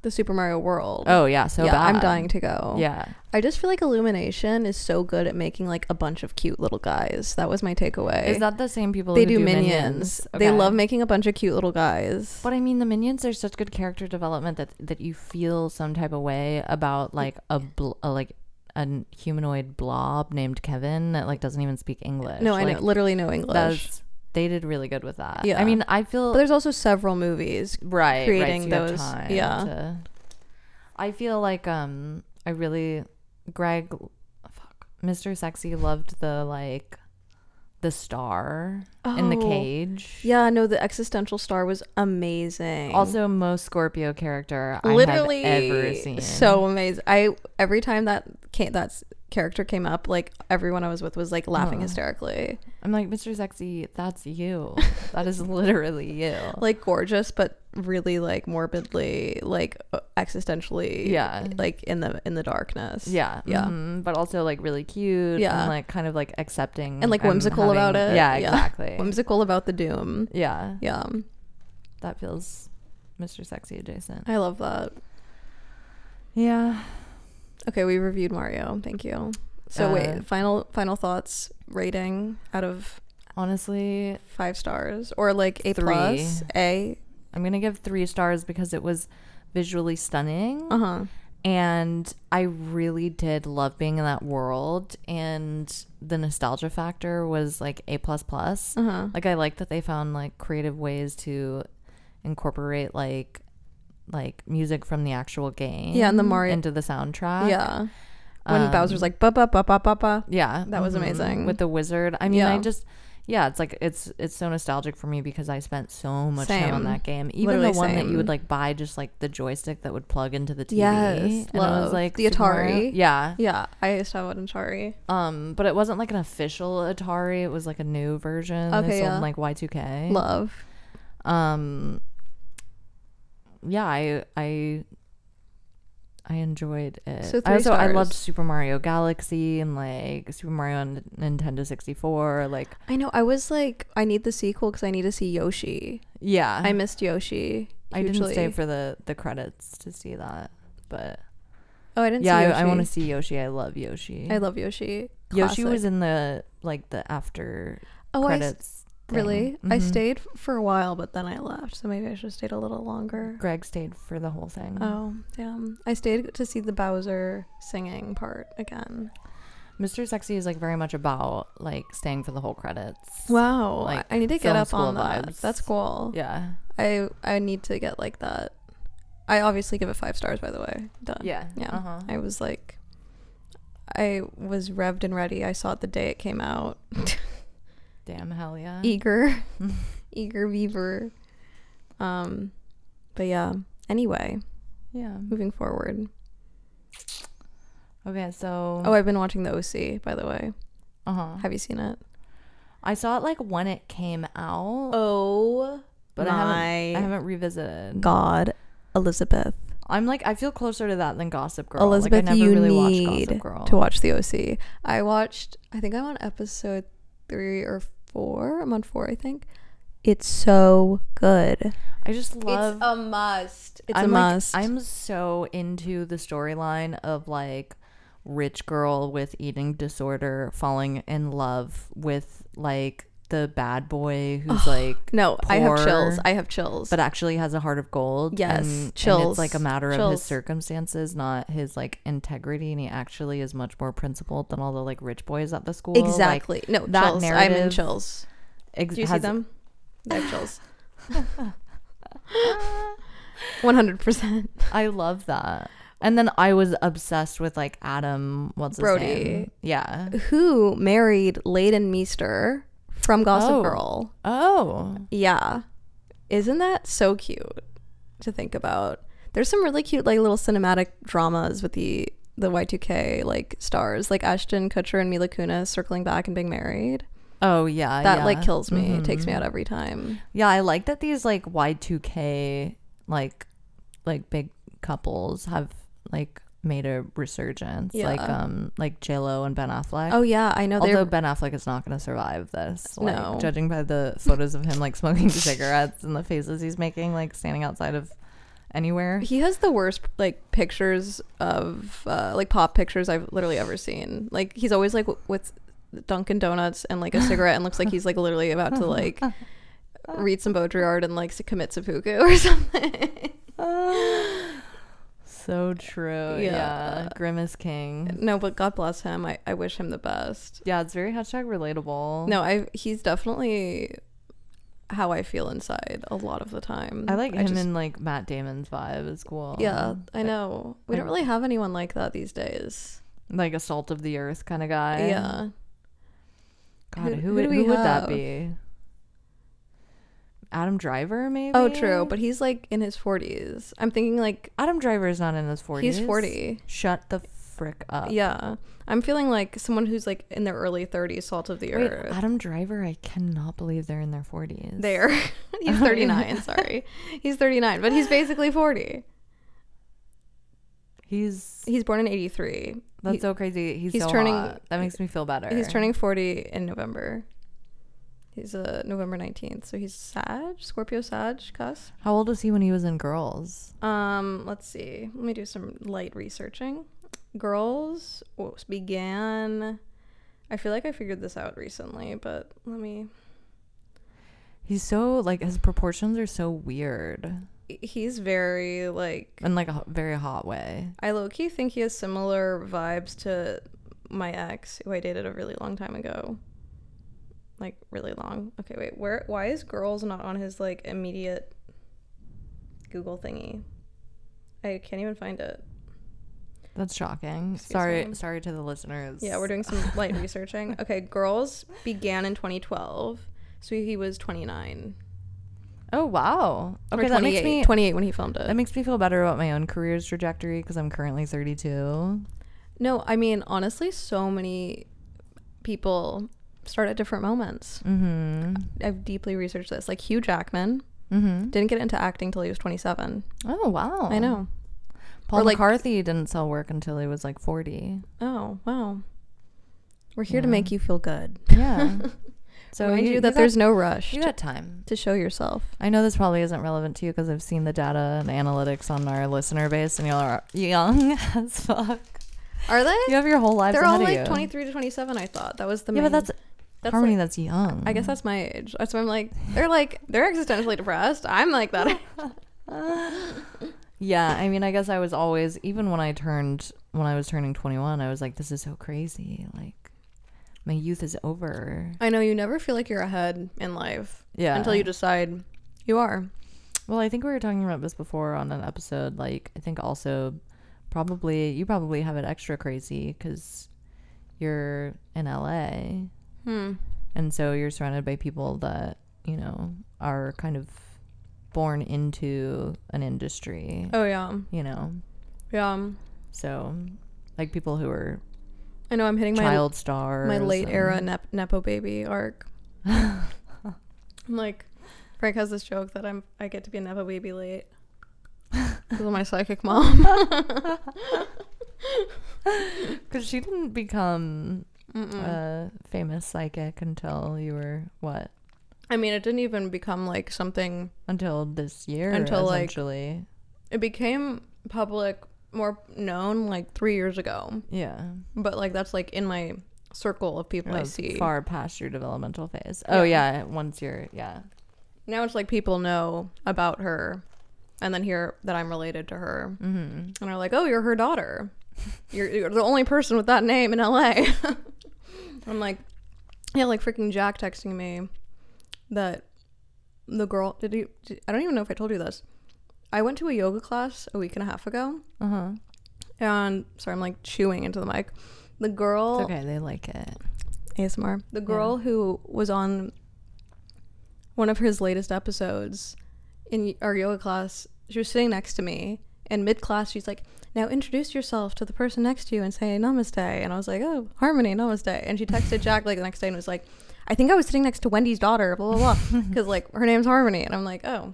B: the Super Mario World.
C: oh, yeah, so
B: yeah, I'm
C: bad.
B: dying to go.
C: Yeah.
B: I just feel like Illumination is so good at making like a bunch of cute little guys. That was my takeaway.
C: Is that the same people
B: they do
C: who
B: minions. They
C: Okay.
B: love making a bunch of cute little guys.
C: But I mean, the minions are such good character development that that you feel some type of way about like a, bl- a like a humanoid blob named Kevin that like doesn't even speak English.
B: no, I
C: like,
B: know, literally no English.
C: That's they did really good with that.
B: Yeah.
C: I mean, I feel
B: but there's also several movies.
C: right
B: creating
C: right, so you have
B: those-
C: time
B: yeah.
C: to- I feel like um I really Greg, fuck, Mr. Sexy loved the like the star in the
B: Oh.
C: cage.
B: Yeah, no, the existential star was amazing.
C: Also, most Scorpio character
B: literally
C: I have ever seen.
B: so amazing. I every time that came, that s- character came up, like everyone I was with was like laughing
C: Huh.
B: hysterically,
C: I'm like, Mr. Sexy, that's you. That is literally you.
B: like gorgeous, but really like morbidly, like uh, existentially,
C: Yeah.
B: like in the in the darkness,
C: yeah,
B: yeah.
C: mhm, but also like really cute.
B: Yeah.
C: and like kind of like accepting
B: And, like,
C: I'm
B: whimsical about it.
C: Yeah,
B: Yeah.
C: exactly.
B: whimsical about the doom.
C: yeah,
B: Yeah,
C: that feels Mr. Sexy adjacent.
B: I love that.
C: Yeah,
B: Okay, we reviewed Mario. Thank you. So
C: Uh,
B: wait, final final thoughts rating out of
C: honestly,
B: five stars or like a
C: Three.
B: plus a
C: I'm gonna give three stars because it was visually stunning.
B: uh huh
C: and I really did love being in that world and the nostalgia factor was like a plus plus
B: Uh-huh.
C: like I like that they found like creative ways to incorporate like like music from the actual game
B: Yeah, and the Mario-
C: into the soundtrack
B: yeah. When
C: Um,
B: Bowser's like ba ba ba ba ba ba.
C: yeah
B: That was
C: mhm,
B: amazing.
C: with the wizard I mean
B: Yeah.
C: I just yeah it's like it's it's so nostalgic for me because I spent so much time
B: Same.
C: on that game even
B: Literally
C: the one that you
B: same.
C: would like buy just like the joystick that would plug into the TV
B: Yes,
C: and it
B: love.
C: was like
B: The
C: Super Mario-
B: Atari.
C: yeah
B: Yeah, I used to have an Atari.
C: Um, but it wasn't like an official Atari. It was like a new version.
B: Okay,
C: they sold
B: yeah.
C: in, like Y2K.
B: Love.
C: Um, yeah, I I I enjoyed it.
B: So
C: I
B: three
C: also I loved
B: stars.
C: Super Mario Galaxy and like Super Mario on Nintendo 64. Like,
B: I know. I was like, I need the sequel because I need to see Yoshi.
C: yeah,
B: I missed Yoshi.
C: Uh-huh. I didn't
B: hugely.
C: stay for the the credits to see that, but
B: Oh, I didn't.
C: yeah,
B: see
C: I,
B: Yoshi.
C: I want to see Yoshi. I love Yoshi.
B: I love Yoshi.
C: Yoshi was
B: Classic.
C: in the like the after
B: oh, I s-
C: credits. thing.
B: really. I
C: Mhm.
B: stayed for a while, but then I left. So maybe I should have stayed a little longer.
C: Greg stayed for the whole thing.
B: Oh, damn. I stayed to see the Bowser singing part again.
C: Mr. Sexy is like very much about like staying for the whole credits.
B: Wow.
C: Like,
B: I need to get
C: film
B: up
C: school
B: on that.
C: vibes.
B: That's cool.
C: Yeah.
B: I I need to get like that. I obviously give it five stars, by the way. Done.
C: Yeah.
B: Yeah.
C: Uh-huh.
B: I was like, I was revved and ready. I saw it the day it came out.
C: Damn, hell yeah.
B: E eager, eager beaver. Um, but yeah. Anyway,
C: Yeah.
B: moving forward.
C: Okay, so
B: Oh, I've been watching The OC, by the way.
C: uh-huh.
B: Have you seen it?
C: I saw it like when it came out,
B: Oh,
C: but I haven't I
B: my
C: haven't revisited.
B: God, Elizabeth.
C: I'm like I feel closer to that than Gossip Girl.
B: Elizabeth,
C: like, I never
B: you
C: really watched
B: need
C: Gossip Girl.
B: to watch The OC. I watched. I think I'm on episode three or four. I'm on four, I think. It's so good.
C: I just love
B: a must. It's
C: I'm
B: a
C: like-
B: must.
C: I'm so into the storyline of like rich girl with eating disorder falling in love with like the bad boy who's like
B: no, I have chills.
C: poor,
B: I have chills.
C: but actually has a heart of gold.
B: Yes,
C: and, and
B: chills,
C: it's like a matter of
B: chills.
C: his circumstances, not his like integrity, and he actually is much more principled than all the like rich boys at the school. Like,
B: exactly. no,
C: that
B: chills. I'm in
C: narrative
B: chills.
C: ex-
B: Do you
C: has-
B: see them? I have chills. One hundred percent.
C: I love that. And then I was obsessed with like Adam. What's his
B: Brody.
C: name? Yeah.
B: Who married Layden Meester from Gossip
C: Oh.
B: Girl?
C: Oh,
B: Yeah. Isn't that so cute to think about? There's some really cute like little cinematic dramas with the the Y2K like stars, like Ashton Kutcher and Mila Kunis circling back and being married.
C: Oh
B: That
C: yeah, yeah. Mm-hmm.
B: like kills me. It takes me out every time.
C: Yeah, I like that these like Y two K like like big couples have like made a resurgence.
B: Yeah.
C: Like um like J Lo and Ben Affleck.
B: Oh yeah, I know
C: Although
B: they're
C: Ben Affleck is not going to survive this, like,
B: No.
C: judging by the photos of him like smoking cigarettes and the faces he's making, like standing outside of anywhere.
B: he has the worst like pictures of uh, like pop pictures I've literally ever seen. Like he's always like w- with Dunkin' Donuts and like a cigarette and looks like he's like literally about to like read some Baudrillard and like s- commit seppuku or something.
C: Ah. So true. Yeah.
B: Yeah.
C: Grimace King.
B: No, but God bless him. I, I wish him the best.
C: Yeah, it's very hashtag relatable.
B: No, I he's definitely how I feel inside a lot of the time.
C: I like him
B: just-
C: in like Matt Damon's vibe is cool.
B: yeah, I know. We
C: I-
B: don't really have anyone like that these days.
C: like a salt of the earth kind of guy.
B: yeah. Who-
C: God, who,
B: who
C: would,
B: do we
C: who would that
B: have?
C: be? Adam Driver, maybe.
B: Oh, true. But he's like in his 40s. I'm thinking like
C: Adam Driver is not in his forties.
B: he's 40.
C: Shut the frick up.
B: Yeah. I'm feeling like someone who's like in their early 30s, salt of the
C: Wait,
B: earth.
C: Adam Driver, I cannot believe they're in their forties.
B: there.
C: Oh,
B: he's 39, sorry. He's 39, but he's basically 40.
C: He's
B: He's born in 83.
C: that's
B: He-
C: so crazy. He's,
B: he's
C: so
B: turning-
C: hot. That makes me feel better.
B: He's turning 40 in November. He's uh, November 19th, so he's Sag, Scorpio Sag cusp.
C: How old was he when he was in Girls?
B: Um, let's see. Let me do some light researching. Girls w- began. I feel like I figured this out recently, but let me.
C: He's so like his proportions are so weird
B: He's very like.
C: in like a ho- very hot way.
B: I low key think he has similar vibes to my ex, who I dated a really long time ago. Like really long. Okay, wait. Where? Why is girls not on his like immediate Google thingy? I can't even find it.
C: That's shocking.
B: Excuse
C: sorry,
B: me.
C: sorry to the listeners.
B: Yeah, we're doing some light researching. Okay, girls began in 2012, so he was 29.
C: Oh wow.
B: Or
C: Okay, that makes
B: 28
C: me
B: 28 when he filmed it.
C: That makes me feel better about my own career's trajectory because I'm currently 32.
B: no, I mean honestly, so many people start at different moments.
C: Mm-hmm.
B: I've deeply researched this. Like Hugh Jackman
C: Mm-hmm.
B: didn't get into acting till he was 27.
C: Oh wow.
B: I know.
C: Paul
B: Or, like-
C: McCarthy didn't sell work until he was like 40.
B: Oh wow. We're here to make you feel good.
C: Yeah. so
B: Remind you, that
C: got-
B: there's no rush
C: you
B: to,
C: got time.
B: to show yourself.
C: I know this probably isn't relevant to you because I've seen the data and the analytics on our listener base, and y'all are young as fuck.
B: Are they?
C: You have your whole lives
B: They're
C: ahead
B: all
C: of
B: like
C: you.
B: 23 to 27. I thought that was the
C: Yeah,
B: main-
C: but that's,
B: that's
C: Harmony.
B: like-
C: that's young.
B: I guess that's my age. That's why I'm like, they're like, they're existentially depressed. I'm like that.
C: Yeah, I mean, I guess I was always even when I turned when I was turning 21, I was like this is so crazy. Like my youth is over.
B: I know you never feel like you're ahead in life
C: Yeah.
B: until you decide you are.
C: Well, I think we were talking about this before on an episode. Like, I think also probably you probably have it extra crazy because you're in LA
B: Hmm.
C: and so you're surrounded by people that you know are kind of born into an industry.
B: Oh yeah.
C: You know,
B: Yeah.
C: so like people who are
B: I know I'm hitting my
C: child stars.
B: my late
C: and-
B: era nep- nepo baby arc. I'm like, Frank has this joke that I'm I get to be a nepo baby late because of my psychic mom.
C: Because she didn't become
B: Mm-mm.
C: a famous psychic until you were what?
B: I mean, it didn't even become like something.
C: Until this year,
B: Until, like-
C: essentially.
B: It became public, more known like three years ago.
C: yeah,
B: But like that's like in my circle of people I
C: Uh,
B: see.
C: far past your developmental phase. Oh yeah, once you're yeah,
B: Now it's like people know about her, and then hear that I'm related to her,
C: mm-hmm.
B: and are like, "Oh, you're her daughter. You're, you're the only person with that name in LA." I'm like, yeah, like freaking Jack texting me that the girl did you? Did, I don't even know if I told you this. I went to a yoga class a week and a half ago,
C: uh huh.
B: and sorry, I'm like chewing into the mic. The girl,
C: It's okay, they like it.
B: ASMR. The girl who was on one of his latest episodes in our yoga class, she was sitting next to me, and mid class, she's like, Now introduce yourself to the person next to you and say namaste. And I was like, Oh, Harmony, namaste. And she texted Jack like the next day and was like, I think I was sitting next to Wendy's daughter, blah, blah, blah, because like her name's Harmony. And I'm like, Oh,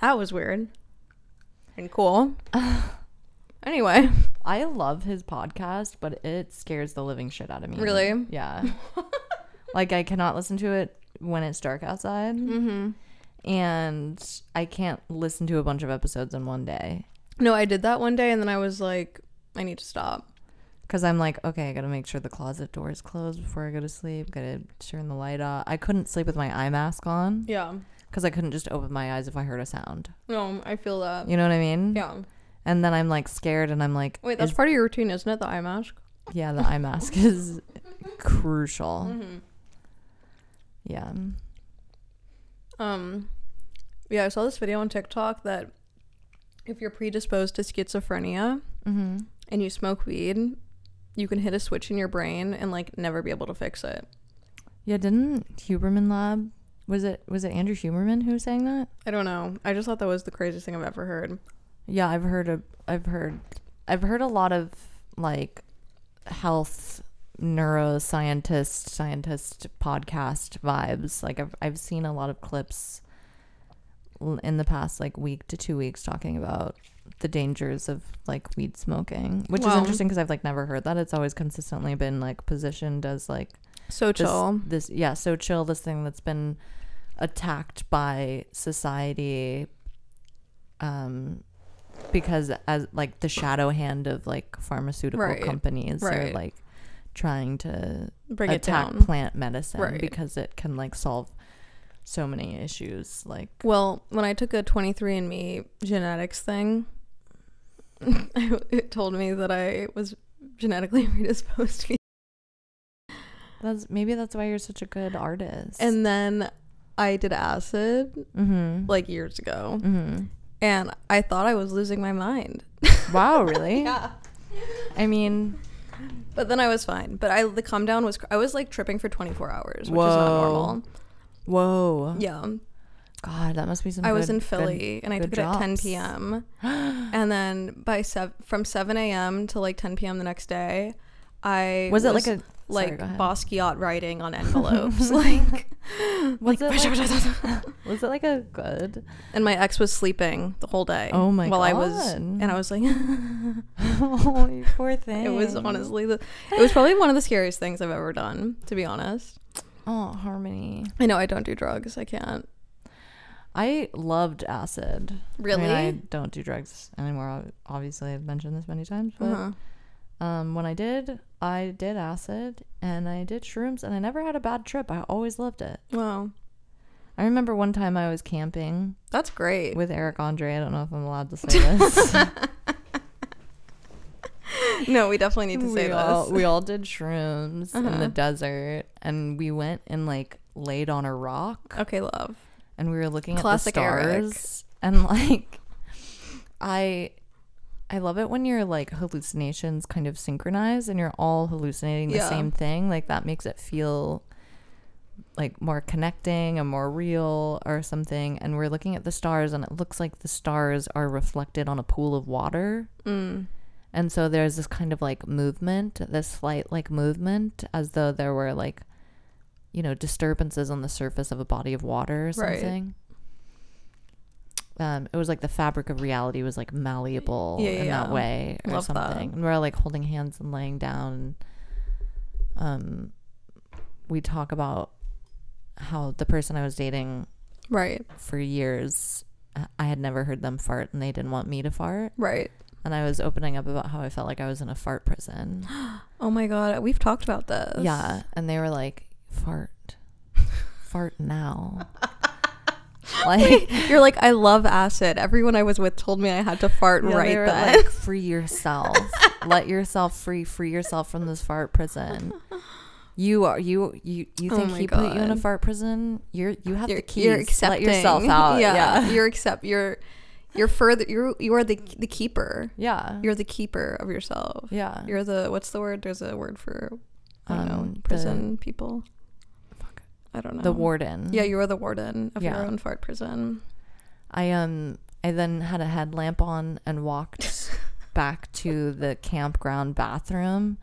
B: that was weird and cool. anyway,
C: I love his podcast, but it scares the living shit out of me.
B: Really?
C: Yeah. like I cannot listen to it when it's dark outside, mm-hmm. and I can't listen to a bunch of episodes in one day
B: no, I did that one day, and then I was like, I need to stop.
C: because I'm like, okay, I gotta make sure the closet door is closed before I go to sleep. Gotta turn the light off. I couldn't sleep with my eye mask on
B: Yeah.
C: because I couldn't just open my eyes if I heard a sound.
B: No, I feel that.
C: You know what I mean?
B: Yeah.
C: And then I'm like scared, and I'm like,
B: Wait, that's
C: Mm-hmm. is-
B: part of your routine, isn't it? The eye mask.
C: yeah, the eye mask is crucial.
B: Mm-hmm.
C: Yeah.
B: Um, yeah, I saw this video on TikTok that if you're predisposed to schizophrenia
C: Mm-hmm.
B: and you smoke weed, you can hit a switch in your brain and like never be able to fix it.
C: Yeah, didn't Huberman Lab was it was it Andrew Huberman who sang that?
B: I don't know. I just thought that was the craziest thing I've ever heard.
C: Yeah, I've heard a I've heard I've heard a lot of like health neuroscientist scientist podcast vibes. Like I've I've seen a lot of clips l- in the past like week to 2 weeks talking about the dangers of like weed smoking, which is
B: Wow.
C: interesting because I've like never heard that. It's always consistently been like positioned as like
B: So
C: this-
B: chill.
C: This, yeah, so chill. This thing that's been attacked by society, um, because as like the shadow hand of like pharmaceutical
B: Right,
C: companies are
B: right.
C: like trying to
B: Bring it
C: attack
B: down.
C: plant medicine
B: Right.
C: because it can like solve so many issues. Like
B: Well, when I took a 23andMe genetics thing, it told me that I was genetically predisposed to be
C: that's maybe that's why you're such a good artist.
B: And then I did acid
C: mm-hmm.
B: like years ago,
C: Mm-hmm.
B: and I thought I was losing my mind.
C: Wow, really?
B: yeah.
C: I mean,
B: But then I was fine. But I the come down was cr- I was like tripping for 24 hours, which is not
C: Whoa.
B: normal.
C: whoa,
B: Yeah.
C: God, that must be some.
B: I was
C: good-
B: in
C: good-
B: Philly and I
C: good
B: took it at 10
C: jobs.
B: p.m. and then by sev- from 7 a.m. to like 10 p.m. the next day, I
C: was it like a
B: like
C: sorry, go ahead.
B: Basquiat writing on envelopes like
C: was it like, was it like a good
B: and my ex was sleeping the whole day
C: Oh my
B: while I was
C: God.
B: and I was like
C: oh you poor thing
B: It was honestly the, it was probably one of the scariest things I've ever done, to be honest.
C: oh harmony
B: I know I don't do drugs. I can't.
C: I loved acid I mean,
B: Really?
C: I don't do drugs anymore ob- obviously I've mentioned this many times but
B: Uh-huh.
C: um when I did I did acid and I did shrooms and I never had a bad trip I always loved it
B: Wow.
C: I remember one time I was camping
B: That's great.
C: with Eric Andre I don't know if I'm allowed to say this
B: No, we definitely need to say
C: we
B: this.
C: all, we all did shrooms in
B: Uh-huh.
C: the desert and we went and like laid on a rock
B: okay, love.
C: and we were looking
B: Classic
C: at the
B: Eric.
C: stars and like I I love it when your like hallucinations kind of synchronize and you're all hallucinating the
B: Yeah.
C: same thing. Like that makes it feel like more connecting and more real or something. And we're looking at the stars and it looks like the stars are reflected on a pool of water.
B: Mm.
C: And so there's this kind of like movement, this slight like movement as though there were like, you know, disturbances on the surface of a body of water or
B: Right.
C: something. Um, it was like the fabric of reality was like malleable
B: Yeah,
C: in
B: yeah,
C: that
B: yeah.
C: way or
B: Love that.
C: something. And we're like holding hands and laying down. Um, we talk about how the person I was dating
B: Right.
C: for years, I- I had never heard them fart and they didn't want me to fart
B: Right.
C: and I was opening up about how I felt like I was in a fart prison.
B: Oh my god, we've talked about this.
C: yeah, and they were like, "Fart, fart now." like
B: You're like, I love acid. Everyone I was with told me I had to fart
C: yeah,
B: right
C: they were
B: then.
C: like, "Free yourself, let yourself free, free yourself from this fart prison." You are you you you
B: Oh
C: think
B: my
C: he put you in a
B: God.
C: fart prison? You're you have
B: you're,
C: the keys.
B: you're accepting.
C: Let yourself out.
B: Yeah.
C: Yeah,
B: You're accept. You're you're further. You're you are the the keeper.
C: yeah,
B: You're the keeper of yourself.
C: yeah.
B: You're the what's the word? There's a word for I don't
C: Um,
B: know
C: the-
B: prison people.
C: Fuck.
B: I don't know
C: the warden.
B: um, Yeah, you are the warden of
C: Yeah.
B: your own fart prison.
C: I um I then had a headlamp on and walked back to the campground bathroom.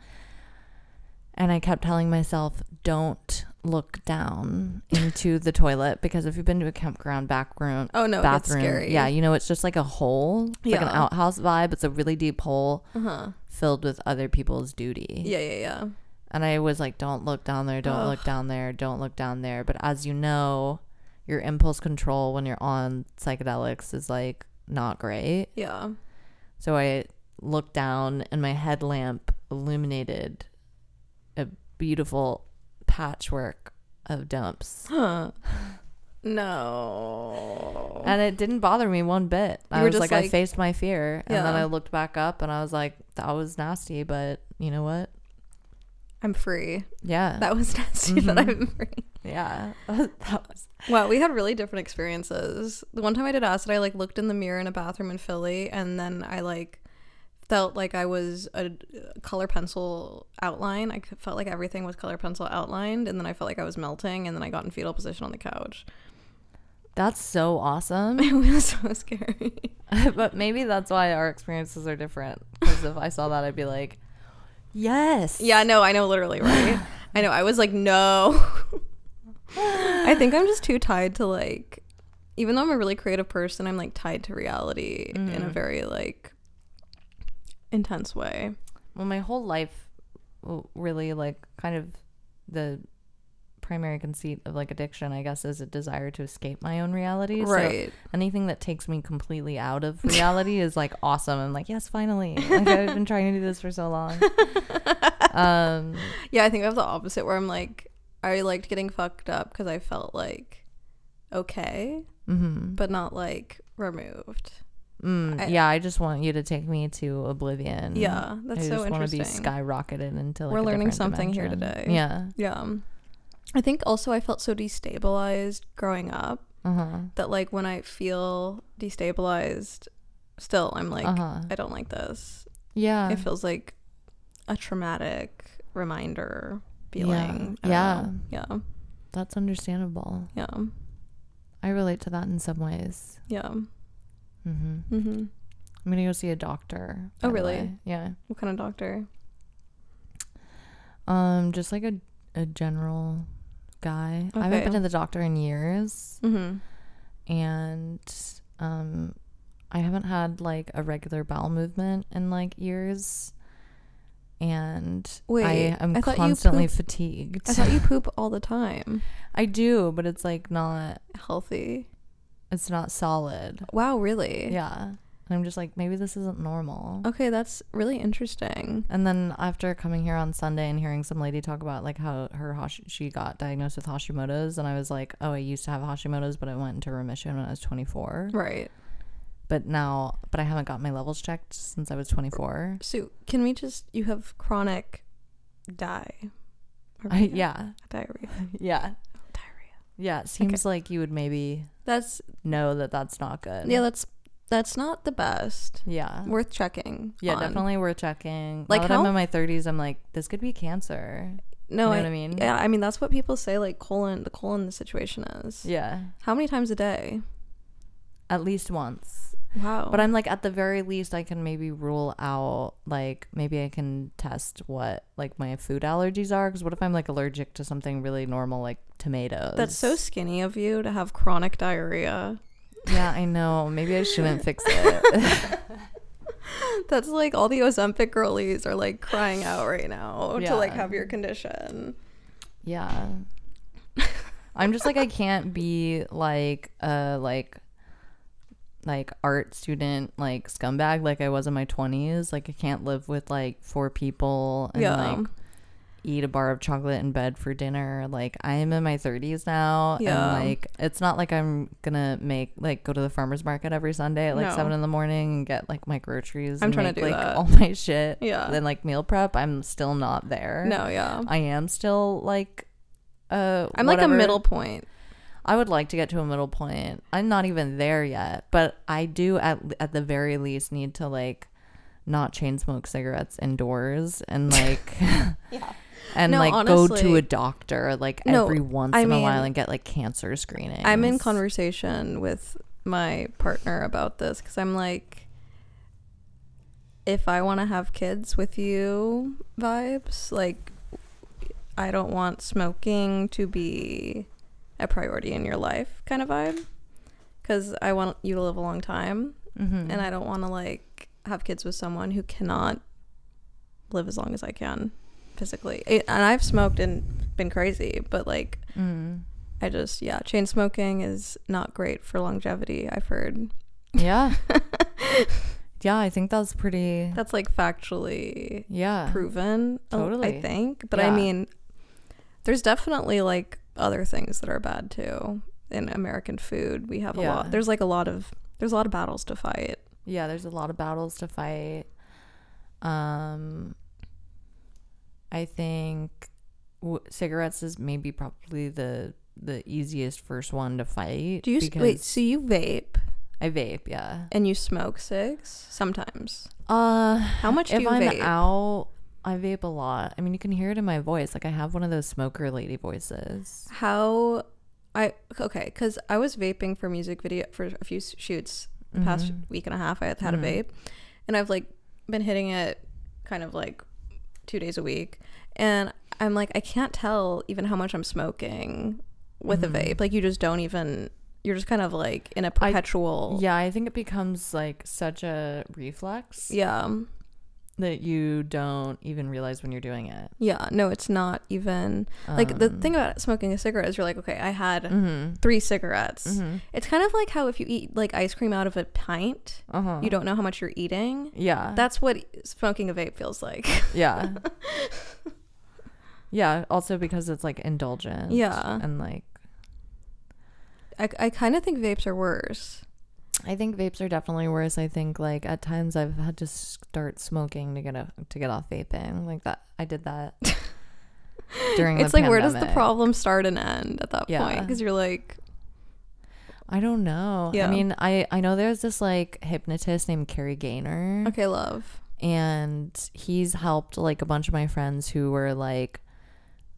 C: And I kept telling myself, don't look down into the toilet because if you've been to a campground back room
B: Oh no, that's
C: bathroom,
B: scary.
C: yeah, you know it's just like a hole, it's like an
B: Yeah.
C: outhouse vibe. It's a really deep hole
B: Uh huh.
C: filled with other people's duty.
B: Yeah, yeah, yeah.
C: And I was like, don't look down there, don't
B: Ugh.
C: look down there, don't look down there. But as you know, your impulse control when you're on psychedelics is like not great.
B: Yeah.
C: So I looked down and my headlamp illuminated a beautiful patchwork of dumps.
B: Huh. No.
C: And it didn't bother me one bit. I
B: Oh. were
C: was
B: just
C: like, I
B: like-
C: faced my fear. And then
B: Yeah.
C: I looked back up and I was like, that was nasty, but you know what?
B: I'm free.
C: Yeah.
B: That was nasty, but I'm
C: Mm-hmm.
B: free.
C: yeah. that was
B: Wow, we had really different experiences. The one time I did acid, I like looked in the mirror in a bathroom in Philly, and then I like felt like I was a color pencil outline. I felt like everything was color pencil outlined, and then I felt like I was melting, and then I got in fetal position on the couch.
C: that's so awesome.
B: It was so scary.
C: but maybe that's why our experiences are different. Because if I saw that, I'd be like, yes.
B: Yeah, no, I know, literally, right? I know. I was like, no. I think I'm just too tied to like, even though I'm a really creative person, I'm like tied to reality in
C: Mm.
B: a very like intense way.
C: Well, my whole life, w- really, like, kind of the primary conceit of like addiction, I guess, is a desire to escape my own reality. So
B: Right.
C: anything that takes me completely out of reality is like awesome. I'm like, yes, finally. Like, I've been trying to do this for so long. um,
B: Yeah, I think I have the opposite where I'm like, I liked getting fucked up because I felt like okay,
C: mhm.
B: but not like removed.
C: Mm,
B: I-
C: yeah, I just want you to take me to oblivion.
B: Yeah, that's
C: Mm. I
B: so
C: just wanna
B: interesting.
C: be skyrocketed into like
B: We're
C: a
B: learning
C: different
B: something here
C: dimension.
B: today.
C: Yeah.
B: yeah. I think also I felt so destabilized growing up
C: Uh huh.
B: that like when I feel destabilized, still I'm like,
C: uh huh.
B: I don't like this.
C: Yeah.
B: It feels like a traumatic reminder feeling. I
C: Yeah.
B: don't know.
C: That's understandable.
B: Yeah. Yeah.
C: I relate to that in some ways.
B: Yeah.
C: Mm-hmm.
B: hmm
C: I'm gonna go see a doctor.
B: Oh,
C: by the
B: really?
C: way. Yeah.
B: What kind of doctor?
C: Um, just like a a general guy. I haven't
B: Okay.
C: been to the doctor in years,
B: Mm-hmm.
C: and um, I haven't had like a regular bowel movement in like years. And I
B: Wait,
C: am
B: I thought you
C: constantly
B: pooped-
C: fatigued.
B: I thought you poop all the time.
C: I do, but it's like not.
B: Healthy.
C: It's not solid.
B: Wow, really?
C: Yeah. And I'm just like, maybe this isn't normal.
B: Okay, that's really interesting.
C: And then after coming here on Sunday and hearing some lady talk about like how her Hash- she got diagnosed with Hashimoto's, and I was like, oh, I used to have Hashimoto's, but I went into remission when I was 24.
B: Right.
C: But now, but I haven't got my levels checked since I was 24.
B: So can we just you have chronic di
C: I, yeah,
B: diarrhea.
C: yeah,
B: Diarrhea.
C: yeah. It seems like you would maybe
B: That's
C: know that that's not good.
B: yeah. That's that's not the best.
C: Yeah.
B: Worth checking.
C: Yeah,
B: on.
C: definitely worth checking.
B: Like
C: Like now that
B: how-
C: I'm in my 30s, I'm like, this could be cancer.
B: No,
C: you know what I mean?
B: Yeah, I mean that's what people say. Like colon, the colon situation is.
C: Yeah,
B: How many times a day?
C: at least once.
B: Wow.
C: But I'm like, at the very least, I can maybe rule out, like, maybe I can test what, like, my food allergies are. Because what if I'm, like, allergic to something really normal, like tomatoes?
B: that's so skinny of you to have chronic diarrhea.
C: Yeah, I know. Maybe I shouldn't fix it.
B: That's like all the Ozempic girlies are like crying out right now to like
C: Yeah.
B: have your condition.
C: yeah. I'm just like, I can't be, like, a, like, like art student like scumbag like I was in my 20s like I can't live with like four people and
B: Yeah.
C: like eat a bar of chocolate in bed for dinner. Like I am in my 30s now,
B: Yeah.
C: and like it's not like I'm gonna make like go to the farmers market every Sunday at like
B: No.
C: seven in the morning and get like my groceries.
B: I'm
C: and
B: trying
C: make,
B: to do
C: like
B: that.
C: all my shit.
B: Yeah.
C: Then like meal prep, I'm still not there.
B: No, yeah.
C: I am still like. Uh,
B: I'm like a
C: whatever.
B: middle point.
C: I would like to get to a middle point. I'm not even there yet, but I do at at the very least need to like not chain smoke cigarettes indoors and like and
B: No,
C: like go to
B: honestly.
C: a doctor like
B: No,
C: every once
B: I
C: in a while
B: mean,
C: and get like cancer screening.
B: I'm in conversation with my partner about this because I'm like, if I want to have kids with you vibes, like, I don't want smoking to be a priority in your life kind of vibe because I want you to live a long time
C: mm-hmm.
B: and I don't want to like have kids with someone who cannot live as long as I can physically. It, and I've smoked and been crazy, but like,
C: mm.
B: I just yeah, chain smoking is not great for longevity. I've heard
C: yeah yeah I think that's pretty
B: that's like factually
C: yeah
B: proven. uh, I
C: Totally.
B: think, but I
C: Yeah.
B: mean, there's definitely like other things that are bad too. In American food, we have a
C: Yeah.
B: lot. There's like a lot of there's a lot of battles to fight.
C: yeah there's a lot of battles to fight um i think w- cigarettes is maybe probably the the easiest first one to fight
B: Do you s
C: because
B: wait? So you vape
C: i vape yeah
B: and you smoke cigs sometimes?
C: uh
B: How much do
C: if
B: you
C: i'm
B: vape?
C: out i vape a lot i mean you can hear it in my voice like i have one of those smoker lady voices
B: How I okay? Because I was vaping for music video for a few s- shoots the past week and a half. I had had a vape, and I've like been hitting it kind of like two days a week, and I'm like I can't tell even how much I'm smoking with a vape. Like you just don't even. You're just kind of like in a perpetual.
C: yeah i think it becomes like such a reflex
B: yeah.
C: that you don't even realize when you're doing it
B: Yeah. No, it's not even like the thing
C: Um.
B: about smoking a cigarette is you're like, okay, I had
C: Mm-hmm.
B: three cigarettes. It's kind of like how if you eat like ice cream out of a pint,
C: uh-huh
B: you don't know how much you're eating.
C: yeah
B: That's what smoking a vape feels like.
C: Yeah. yeah. Also because it's like indulgent.
B: Yeah.
C: And like,
B: I, I kind of think vapes are worse.
C: I think vapes are definitely worse. I think like at times I've had to start smoking to get a, to get off vaping. Like that, I did that during.
B: it's
C: the
B: like where does the
C: pandemic.
B: problem start and end at that point? point?
C: Yeah.
B: Because you're like,
C: I don't know.
B: Yeah.
C: I mean, I I know there's this like hypnotist named Carrie Gaynor.
B: okay, love.
C: and he's helped like a bunch of my friends who were like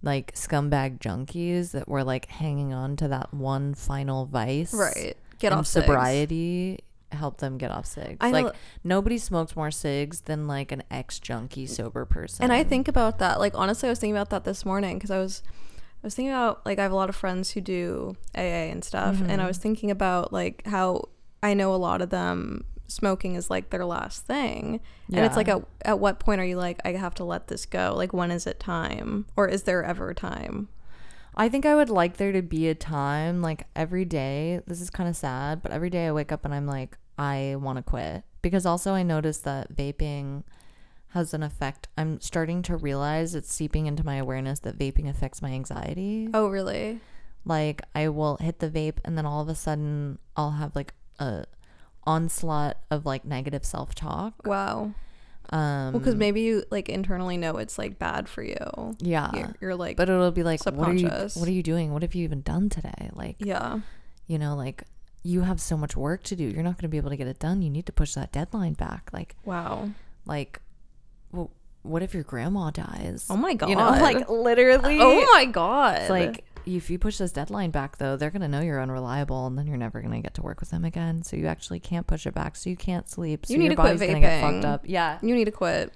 C: like scumbag junkies that were like hanging on to that one final vice
B: Right. Get
C: and
B: off cigs.
C: sobriety helped them get off cigs
B: I know-
C: like nobody smoked more cigs than like an ex-junkie sober person
B: Mm. And I think about that. Like honestly, I was thinking about that this morning because I was, I was thinking about like I have a lot of friends who do AA and stuff,
C: Mm-hmm.
B: and I was thinking about like how I know a lot of them smoking is like their last thing, and it's
C: Yeah.
B: like at at what point are you like I have to let this go? Like when is it time, or is there ever time?
C: I think I would like there to be a time, like every day. This is kind of sad, but every day I wake up and I'm like, I want to quit. Because also, I noticed that vaping has an effect. I'm starting to realize it's seeping into my awareness that vaping affects my anxiety.
B: Oh really?
C: Like, I will hit the vape, and then all of a sudden, I'll have like a onslaught of like negative self talk.
B: Wow. Well,
C: Um,
B: because maybe you like internally know it's like bad for you.
C: yeah.
B: You're, you're like,
C: But it'll be like, what are you?
B: Subconscious.
C: What are you doing? What have you even done today? Like,
B: yeah,
C: you know, like you have so much work to do. You're not going to be able to get it done. You need to push that deadline back. Like,
B: Wow.
C: like, well, what if your grandma dies?
B: Oh my god.
C: You know, like literally.
B: oh my god.
C: It's like if you push this deadline back though, they're gonna know you're unreliable, and then you're never gonna get to work with them again. So you actually can't push it back. So you can't sleep. So
B: You need
C: your
B: to quit
C: body's gonna get
B: vaping.
C: fucked up. Yeah.
B: you need to quit.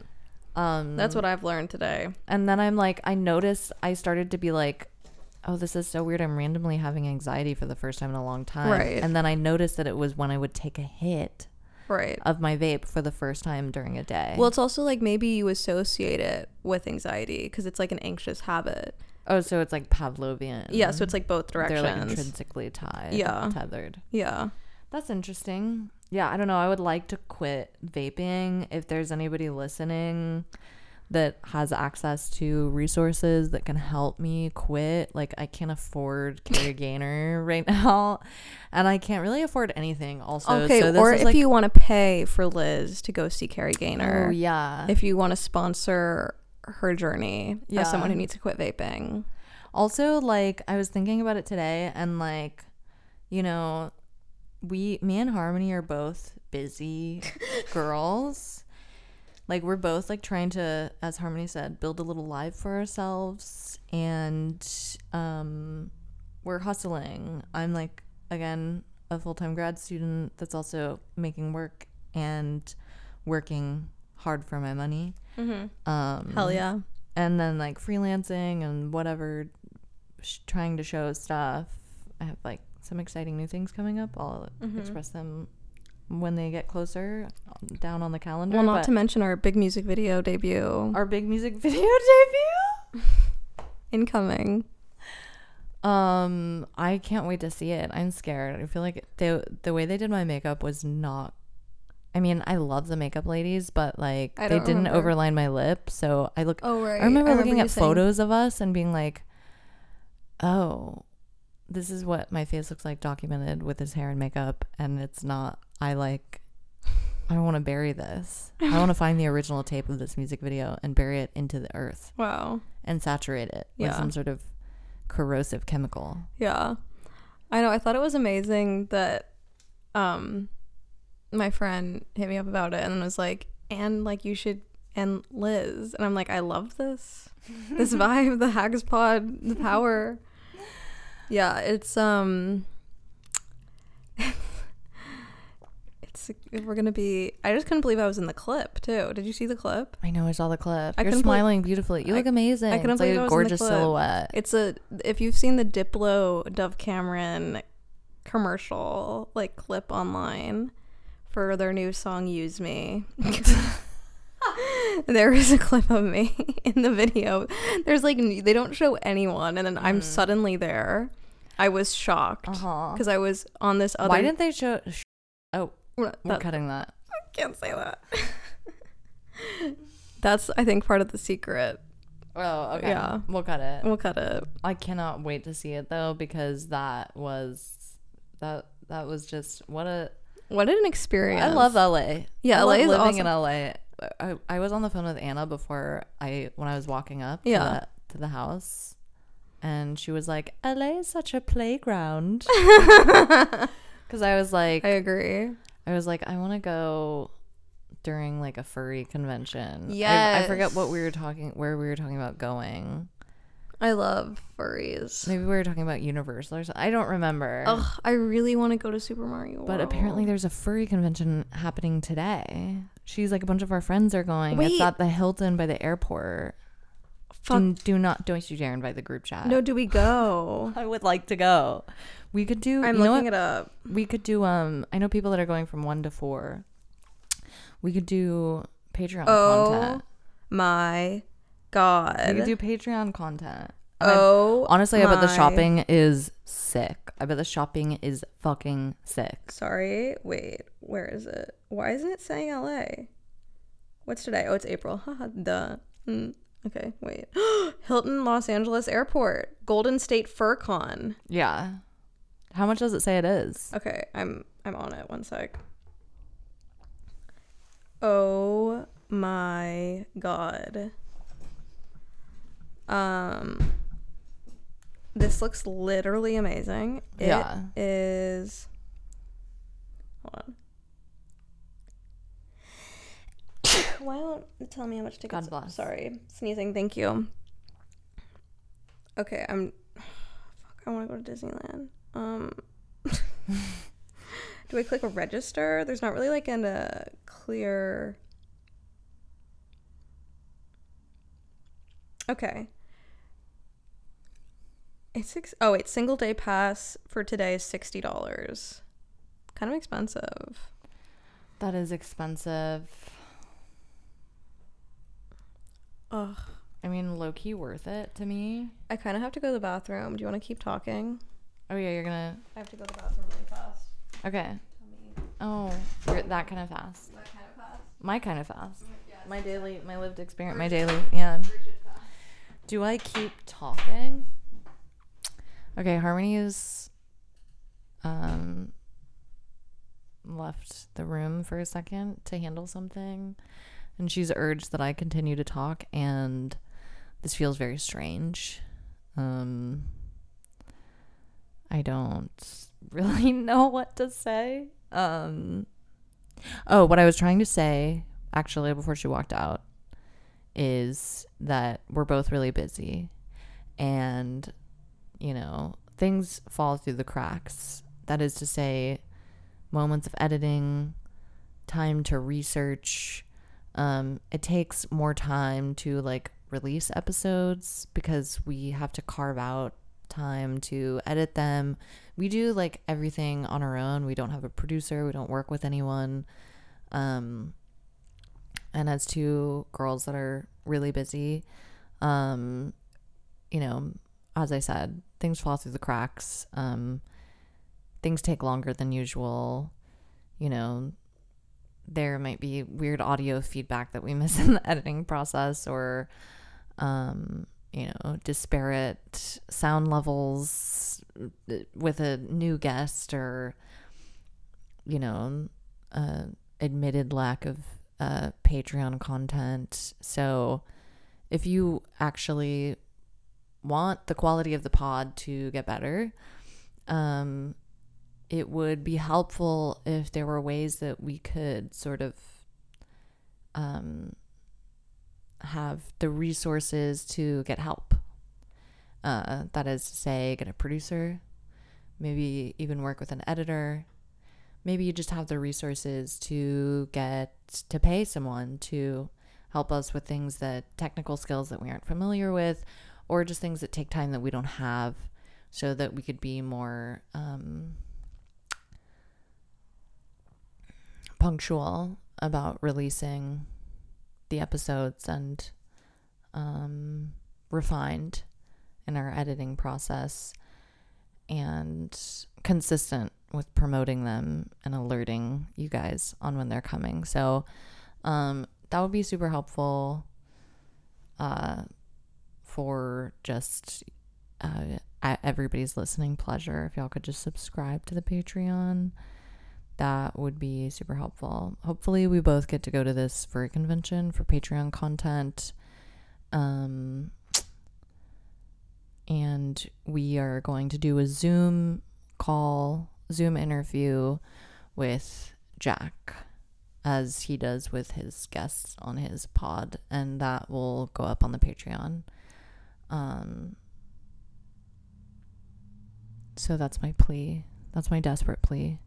C: Um.
B: That's what I've learned today.
C: and then I'm like, I noticed I started to be like, oh, this is so weird. I'm randomly having anxiety for the first time in a long time.
B: Right.
C: And then I noticed that it was when I would take a hit
B: Right.
C: of my vape for the first time during a day.
B: Um, Well, it's also like maybe you associate it with anxiety because it's like an anxious habit.
C: oh, so it's like Pavlovian.
B: Yeah, so it's like both
C: Mm-hmm. They're
B: directions.
C: like intrinsically tied.
B: Yeah.
C: Tethered.
B: yeah.
C: That's interesting. Yeah, I don't know. I would like to quit vaping. If there's anybody listening that has access to resources that can help me quit, like I can't afford Carrie Gaynor right now, and I can't really afford anything. Also,
B: okay,
C: so this
B: or
C: is,
B: if
C: like-
B: you want to pay for Liz to go see Carrie Gaynor,
C: oh yeah.
B: if you want to sponsor her journey
C: Yeah. Mm-hmm.
B: as someone who needs to quit vaping,
C: Also, like I was thinking about it today, and like, you know, we, me and Harmony are both busy girls. Like we're both like trying to, as Harmony said, build a little life for ourselves, and um, we're hustling. I'm like again a full time grad student that's also making work and working hard for my money. Um,
B: hell yeah,
C: and then like freelancing and whatever sh- trying to show stuff i have like some exciting new things coming up i'll
B: Mm-hmm.
C: express them when they get closer um, down on the calendar
B: Well, not
C: but
B: to mention our big music video debut
C: our big music video debut
B: incoming.
C: um i can't wait to see it i'm scared i feel like the the way they did my makeup was not i mean i love the makeup ladies but like
B: I
C: they
B: don't
C: didn't
B: remember.
C: overline my lip so i look
B: Oh right,
C: I remember looking at photos of us and being like, "Oh, this is what my face looks like documented with his hair and makeup, and it's not. I like. I want to bury this. I want to find the original tape of this music video and bury it into the earth
B: Wow,
C: and saturate it with
B: Yeah.
C: some sort of corrosive chemical.
B: yeah, I know. I thought it was amazing that, um, my friend hit me up about it and was like, "And like you should." And Liz and I'm like, I love this, this vibe, the Hags Pod, the power. Yeah, it's um, it's we're gonna be. I just couldn't believe I was in the clip too. Did you see the clip?
C: I know I saw the clip.
B: I
C: You're
B: couldn't believe-
C: smiling beautifully. You
B: I-
C: look amazing.
B: I couldn't
C: it's like
B: believe I
C: a
B: was in the
C: gorgeous
B: clip.
C: silhouette.
B: It's a if you've seen the Diplo Dove Cameron commercial like clip online for their new song "Use Me." there is a clip of me in the video. There's like n- they don't show anyone, and then I'm suddenly there. I was shocked
C: Mm. Uh-huh.
B: because I was on this other.
C: Why didn't they show? Sh- oh, we're
B: that-
C: cutting that.
B: can't say that. That's I think part of the secret.
C: Oh, okay.
B: Yeah.
C: We'll cut it.
B: We'll cut it.
C: I cannot wait to see it though because that was that that was just what a
B: What an experience!
C: I love LA.
B: Yeah,
C: I love
B: LA is
C: living
B: awesome.
C: in LA. I, I was on the phone with Anna before I when I was walking up
B: Yeah.
C: to, the, to the house and she was like LA is such a playground cuz I was like
B: I agree.
C: I was like, I want to go during like a furry convention. I, I
B: Yes.
C: forget what we were talking, where we were talking about going.
B: I love furries.
C: Maybe we were talking about Universal or something. I don't remember.
B: Ugh, I really want to go to Super Mario.
C: But
B: World.
C: apparently, there's a furry convention happening today. She's like, a bunch of our friends are going. It's
B: Wait.
C: at the Hilton by the airport.
B: Fuck.
C: Do, do not, don't you dare invite the group chat.
B: no, do we go?
C: I would like to go. We could do.
B: I'm
C: you know
B: looking
C: what?
B: it up.
C: We could do. Um, I know people that are going from one to four. We could do Patreon
B: Oh
C: content.
B: my
C: We could
B: god.
C: do Patreon content. And I-
B: Oh,
C: honestly, I bet the
B: my-
C: shopping is sick. I bet the shopping is fucking sick.
B: Sorry. Wait. Where is it? Why isn't it saying LA? What's today? Oh, it's April. Haha. Duh. Mm, okay. Wait. Hilton Los Angeles Airport. Golden State Fur Con.
C: Yeah. How much does it say it is?
B: Okay, I'm I'm on it. One sec. Oh my god. Um this looks literally amazing. It
C: Yeah.
B: is Hold on. Why won't it tell me how much tickets?
C: God bless.
B: Sorry, sneezing. Thank you. Okay, I'm. Fuck, I want to go to Disneyland. Um. do I click register? There's not really like an uh, clear. Okay. It's six oh wait, single day pass for today is sixty dollars. Kind of expensive.
C: That is expensive.
B: Ugh.
C: I mean, low key worth it to me.
B: I kind of have to go to the bathroom. Do you want to keep talking?
C: Oh yeah, you're gonna.
B: I have to go to the bathroom really fast.
C: Okay. Oh, you're that kind of fast. My kind of fast. My daily, my lived experience, my daily. Yeah. Do I keep talking? Okay, Harmony is um left the room for a second to handle something and she's urged that I continue to talk and this feels very strange. Um I don't really know what to say. Um Oh, what I was trying to say actually before she walked out is that we're both really busy and you know, things fall through the cracks. That is to say, moments of editing, time to research. Um, it takes more time to like release episodes because we have to carve out time to edit them. We do like everything on our own. We don't have a producer, we don't work with anyone. Um, and as two girls that are really busy, um, you know, as I said, things fall through the cracks. Um, things take longer than usual. You know, there might be weird audio feedback that we miss in the editing process or, um, you know, disparate sound levels uh, with a new guest or, you know, uh, admitted lack of uh, Patreon content. So if you actually want the quality of the pod to get better, um, it would be helpful if there were ways that we could sort of um, have the resources to get help. Uh, that is to say, get a producer, maybe even work with an editor. Maybe you just have the resources to get to pay someone to help us with things that technical skills that we aren't familiar with, or just things that take time that we don't have so that we could be more um, punctual about releasing the episodes and um, refined in our editing process and consistent with promoting them and alerting you guys on when they're coming. So um, that would be super helpful. Uh, for just uh, at everybody's listening pleasure. If y'all could just subscribe to the Patreon, that would be super helpful. Hopefully, we both get to go to this furry convention for Patreon content. Um, and we are going to do a Zoom call, Zoom interview with Jack as he does with his guests on his pod and that will go up on the Patreon. Um, so that's my plea. That's my desperate plea.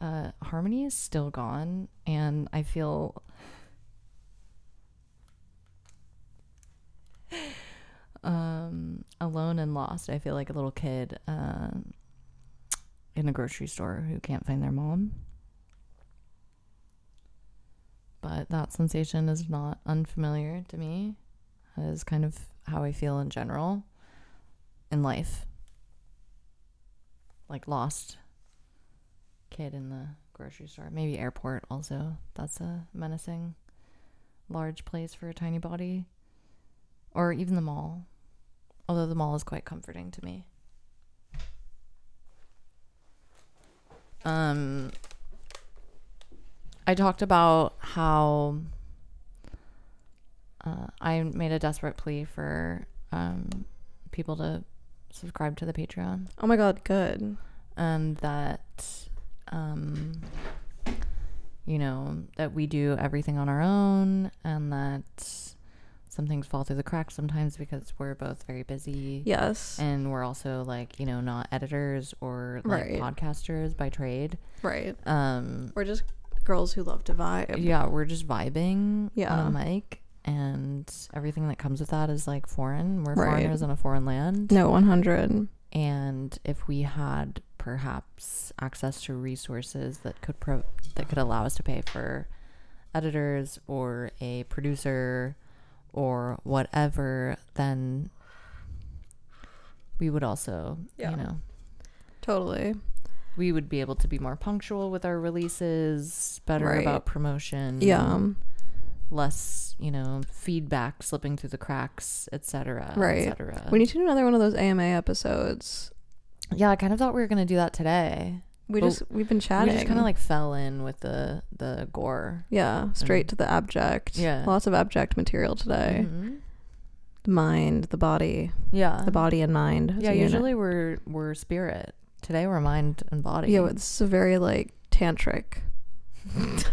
C: Uh, Harmony is still gone, and I feel. Um, alone and lost. I feel like a little kid um, in a grocery store who can't find their mom. But that sensation is not unfamiliar to me. That is kind of how I feel in general in life. Like lost kid in the grocery store, maybe airport also. That's a menacing large place for a tiny body or even the mall. Although the mall is quite comforting to me. Um I talked about how uh, I made a desperate plea for um, people to subscribe to the Patreon,
B: Oh my god, good.
C: and that um, you know, that we do everything on our own and that some things fall through the cracks sometimes because we're both very busy.
B: Yes.
C: And we're also like, you know, not editors or like
B: Right.
C: podcasters by trade.
B: right.
C: Um,
B: We're just girls who love to vibe.
C: yeah, we're just vibing
B: Yeah.
C: on a mic, and everything that comes with that is like foreign. We're
B: Right.
C: foreigners in a foreign land,
B: No, 100.
C: and if we had perhaps access to resources that could pro- that could allow us to pay for editors or a producer or whatever, then we would also,
B: Yeah.
C: you know,
B: Totally.
C: Mm-hmm. we would be able to be more punctual with our releases, better
B: Right.
C: about promotion,
B: Yeah. Um,
C: less, you know, feedback slipping through the cracks, etc.,
B: Right.
C: etc.
B: We need to do another one of those AMA episodes.
C: yeah, I kind of thought we were gonna do that today.
B: We
C: But
B: just we've been
C: We
B: chatting.
C: just kind of like fell in with the the gore.
B: yeah, straight to the abject.
C: Mm. Yeah.
B: lots of abject material today.
C: Mhm.
B: The mind, the body,
C: Yeah,
B: the body and mind. as
C: Um, Yeah,
B: a unit.
C: usually we're we're spirit. Today we're mind and body.
B: Yeah, but this is a very like tantric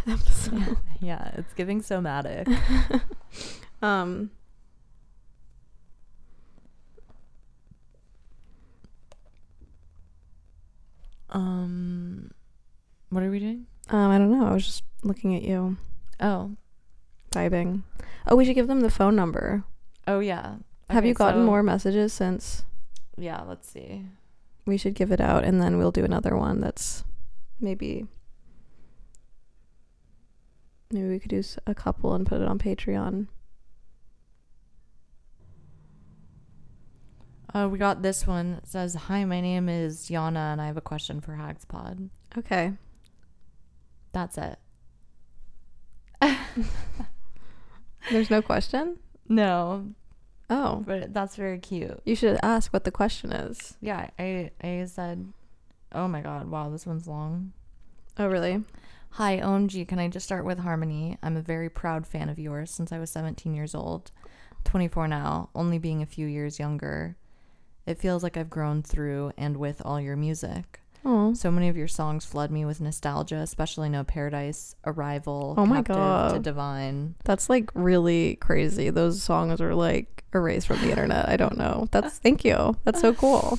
B: episode.
C: yeah, it's giving somatic.
B: Um.
C: um, what are we doing?
B: Um, I don't know. I was just looking at you,
C: Oh,
B: vibing. Oh, we should give them the phone number.
C: oh yeah.
B: Have
C: Okay,
B: you gotten
C: so-
B: more messages since
C: Yeah, let's see.
B: we should give it out and then we'll do another one that's maybe maybe we could do s- a couple and put it on Patreon.
C: Uh, we got this one. It says, "Hi, my name is Yana, and I have a question for Hags Pod."
B: Okay.
C: That's it.
B: There's no question?
C: No,
B: Oh.
C: but that's very cute.
B: You should ask what the question is.
C: Yeah, I I said, "Oh my god, wow, this one's long."
B: Oh, really?
C: Hi, OMG, can I just start with Harmony? I'm a very proud fan of yours since I was 17 years old, 24 now, only being a few years younger. It feels like I've grown through and with all your music.
B: Oh.
C: So many of your songs flood me with nostalgia, especially No Paradise, Arrival,
B: Oh my
C: Captive to
B: God.
C: Divine.
B: That's like really crazy. Those songs are like erased from the internet. I don't know. That's thank you. That's so cool.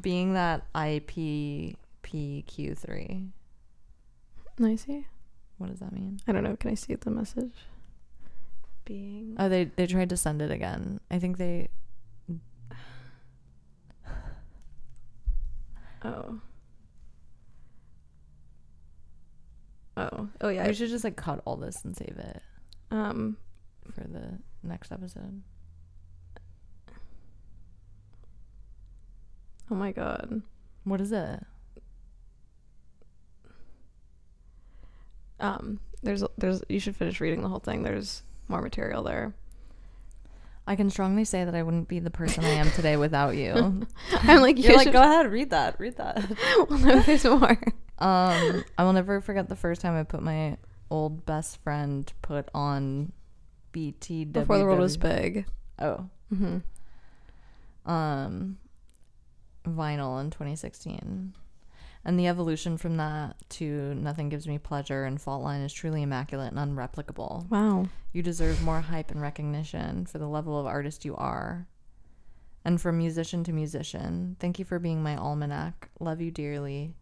C: being that IPPQ3,
B: Can I see?
C: what does that mean?
B: I don't know. Can I see the message? Being
C: Oh, they they tried to send it again. I think they
B: Oh. Oh. Oh yeah.
C: we should just like cut all this and save it
B: Um
C: for the next episode.
B: oh my god.
C: What is it?
B: Um there's there's you should finish reading the whole thing. There's more material there.
C: I can strongly say that I wouldn't be the person I am today without you.
B: I'm like you
C: You're like,
B: should
C: go ahead, read that, read that.
B: well, no, there's more.
C: Um, I will never forget the first time I put my old best friend put on BTW
B: Before the world was big.
C: Oh,
B: Mm-hmm.
C: um, vinyl in 2016. And the evolution from that to Nothing Gives Me Pleasure and Fault Line is truly immaculate and unreplicable.
B: Wow.
C: You deserve more hype and recognition for the level of artist you are. And from musician to musician, thank you for being my almanac. Love you dearly.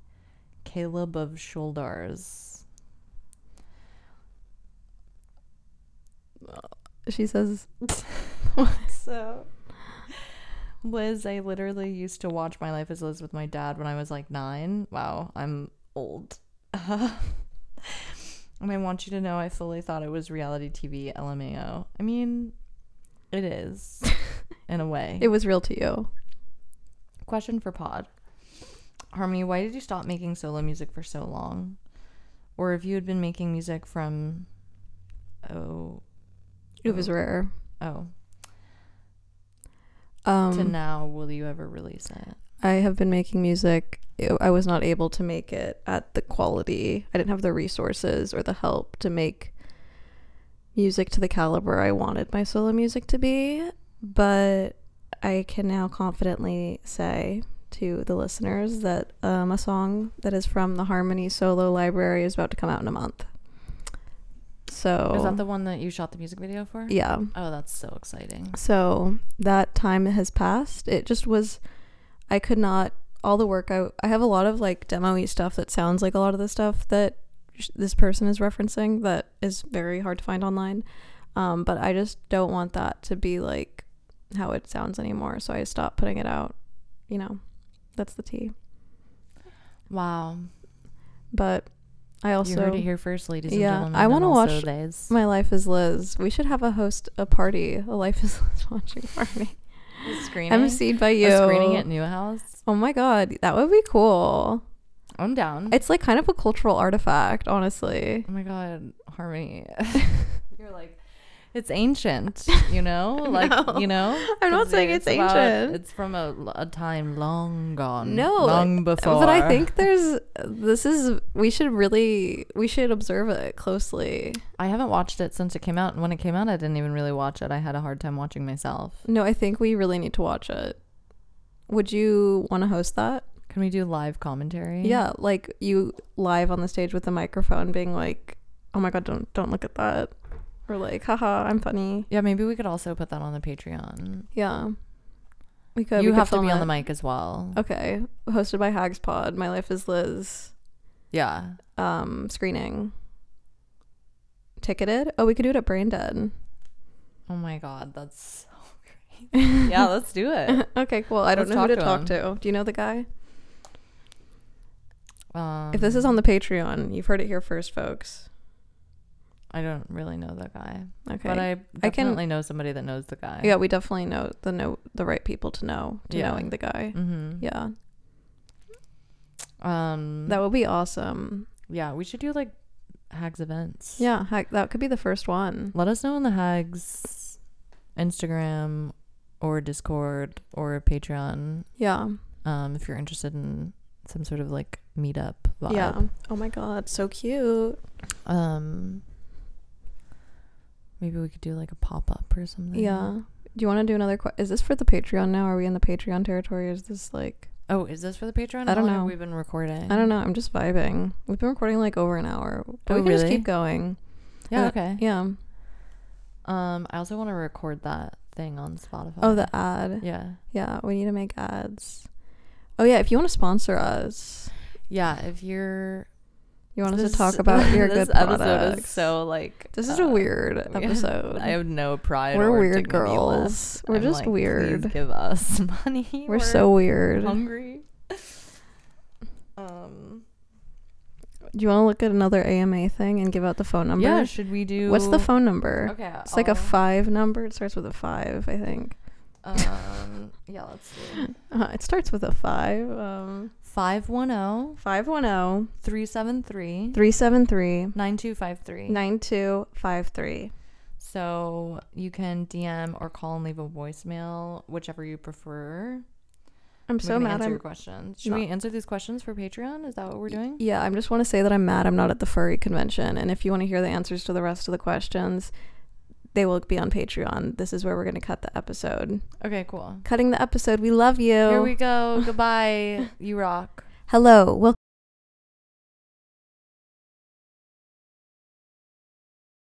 C: Caleb of Shoulders.
B: She says
C: So, Liz, I literally used to watch My Life as Liz with my dad when I was like nine. Wow, I'm old. and I want you to know I fully thought it was reality TV LMAO. I mean, it is, in a way.
B: it was real to you.
C: Question for Pod. Harmony, why did you stop making solo music for so long? Or if you had been making music from oh
B: It was rare.
C: oh to
B: Um
C: now, will you ever release it?
B: I have been making music. I- I was not able to make it at the quality. I didn't have the resources or the help to make music to the caliber I wanted my solo music to be. But I can now confidently say to the listeners that um, a song that is from the Harmony Solo Library is about to come out in a month. So
C: Is that the one that you shot the music video for?
B: yeah.
C: Oh, that's so exciting.
B: So that time has passed. It just was, I could not, all the work, I, I have a lot of like demo y stuff that sounds like a lot of the stuff that sh- this person is referencing that is very hard to find online. Um, but I just don't want that to be like how it sounds anymore. So I stopped putting it out. You know, that's the tea.
C: Wow.
B: But I also.
C: you heard it here first, ladies
B: Yeah,
C: and gentlemen.
B: I wanna
C: and also
B: watch-
C: Liz.
B: My life is Liz. We should have a host, a party, a life is Liz watching party.
C: screening.
B: I'm emceed by you.
C: a screening at Newhouse.
B: Oh my god, that would be cool.
C: I'm down.
B: It's like kind of a cultural artifact, honestly.
C: oh my god, Harmony. You're like it's ancient, you know? Like,
B: No.
C: you know?
B: I'm not
C: 'Cause
B: saying it's
C: about-
B: ancient.
C: It's from a, a time long gone.
B: No,
C: long before.
B: But I think there's this is we should really we should observe it closely.
C: I haven't watched it since it came out, and when it came out, I didn't even really watch it. I had a hard time watching myself.
B: No, I think we really need to watch it. Would you want to host that?
C: Can we do live commentary?
B: Yeah, like you live on the stage with the microphone being like, "Oh my god, don't don't look at that." Or like, "Haha, I'm funny."
C: Yeah, maybe we could also put that on the Patreon.
B: Yeah. We could
C: you
B: we could
C: have to
B: film
C: be on the
B: it.
C: mic as well.
B: Okay. Hosted by Hags Pod. My life is Liz.
C: Yeah.
B: um screening ticketed oh we could do it at brain dead
C: Oh my god, that's so great. yeah, let's do it.
B: okay cool i don't
C: Let's
B: know who to talk
C: talk to
B: to do you know the guy
C: Um,
B: if this is on the patreon you've heard it here first folks
C: I don't really know the guy,
B: okay
C: but I
B: I can-
C: definitely know somebody that knows the guy.
B: yeah we definitely know the know the right people to know to
C: Yeah.
B: knowing the guy
C: Mm-hmm.
B: yeah
C: Um.
B: that would be awesome
C: yeah, we should do like hags events.
B: yeah heck, that could be the first one
C: Let us know on the hags Instagram or Discord or Patreon
B: yeah
C: um, if you're interested in some sort of like meetup vibe.
B: yeah oh my god so cute
C: Um. Maybe we could do like a pop up or something.
B: yeah do you want to do another qu- is this for the patreon now are we in the patreon territory or is this like
C: Oh, is this for the Patreon?
B: I don't
C: How long have
B: know.
C: we been recording.
B: I don't know. I'm just vibing. We've been recording like over an hour, but
C: Oh,
B: we can just
C: really?
B: keep going.
C: Yeah.
B: Uh,
C: Okay.
B: Yeah.
C: Um, I also want to record that thing on Spotify.
B: Oh, the ad.
C: Yeah.
B: Yeah, we need to make ads. Oh yeah, if you want to sponsor us,
C: Yeah. If you're.
B: you want us
C: This-
B: to talk about your
C: this
B: good
C: episode
B: products.
C: Is so like.
B: this is a
C: uh,
B: weird
C: we-
B: episode.
C: I have no pride.
B: We're
C: or
B: weird
C: dignity
B: girls.
C: left.
B: We're
C: I'm
B: just
C: like, "Please
B: weird.
C: Give us money.
B: We're, so weird.
C: hungry. um.
B: Do you want to look at another AMA thing and give out the phone number?
C: Yeah. Should we do?
B: What's the phone number?
C: Okay. Oh.
B: It's like a
C: I'll-
B: five number. It starts with a five, I think.
C: um. Yeah. Let's see.
B: Uh, it starts with a five. Um,
C: 510
B: 510
C: 373
B: 373
C: 9253.
B: 9253.
C: So you can DM or call and leave a voicemail, whichever you prefer.
B: I'm
C: We
B: so
C: can
B: mad.
C: answer
B: I'm,
C: your questions. Should
B: not-
C: we answer these questions for Patreon? Is that what we're doing?
B: yeah, I'm just want to say that I'm mad I'm not at the furry convention. And if you want to hear the answers to the rest of the questions, they will be on Patreon. This is where we're going to cut the episode.
C: Okay, cool.
B: Cutting the episode. We love you.
C: Here we go. Goodbye. You rock.
B: Hello. Welcome.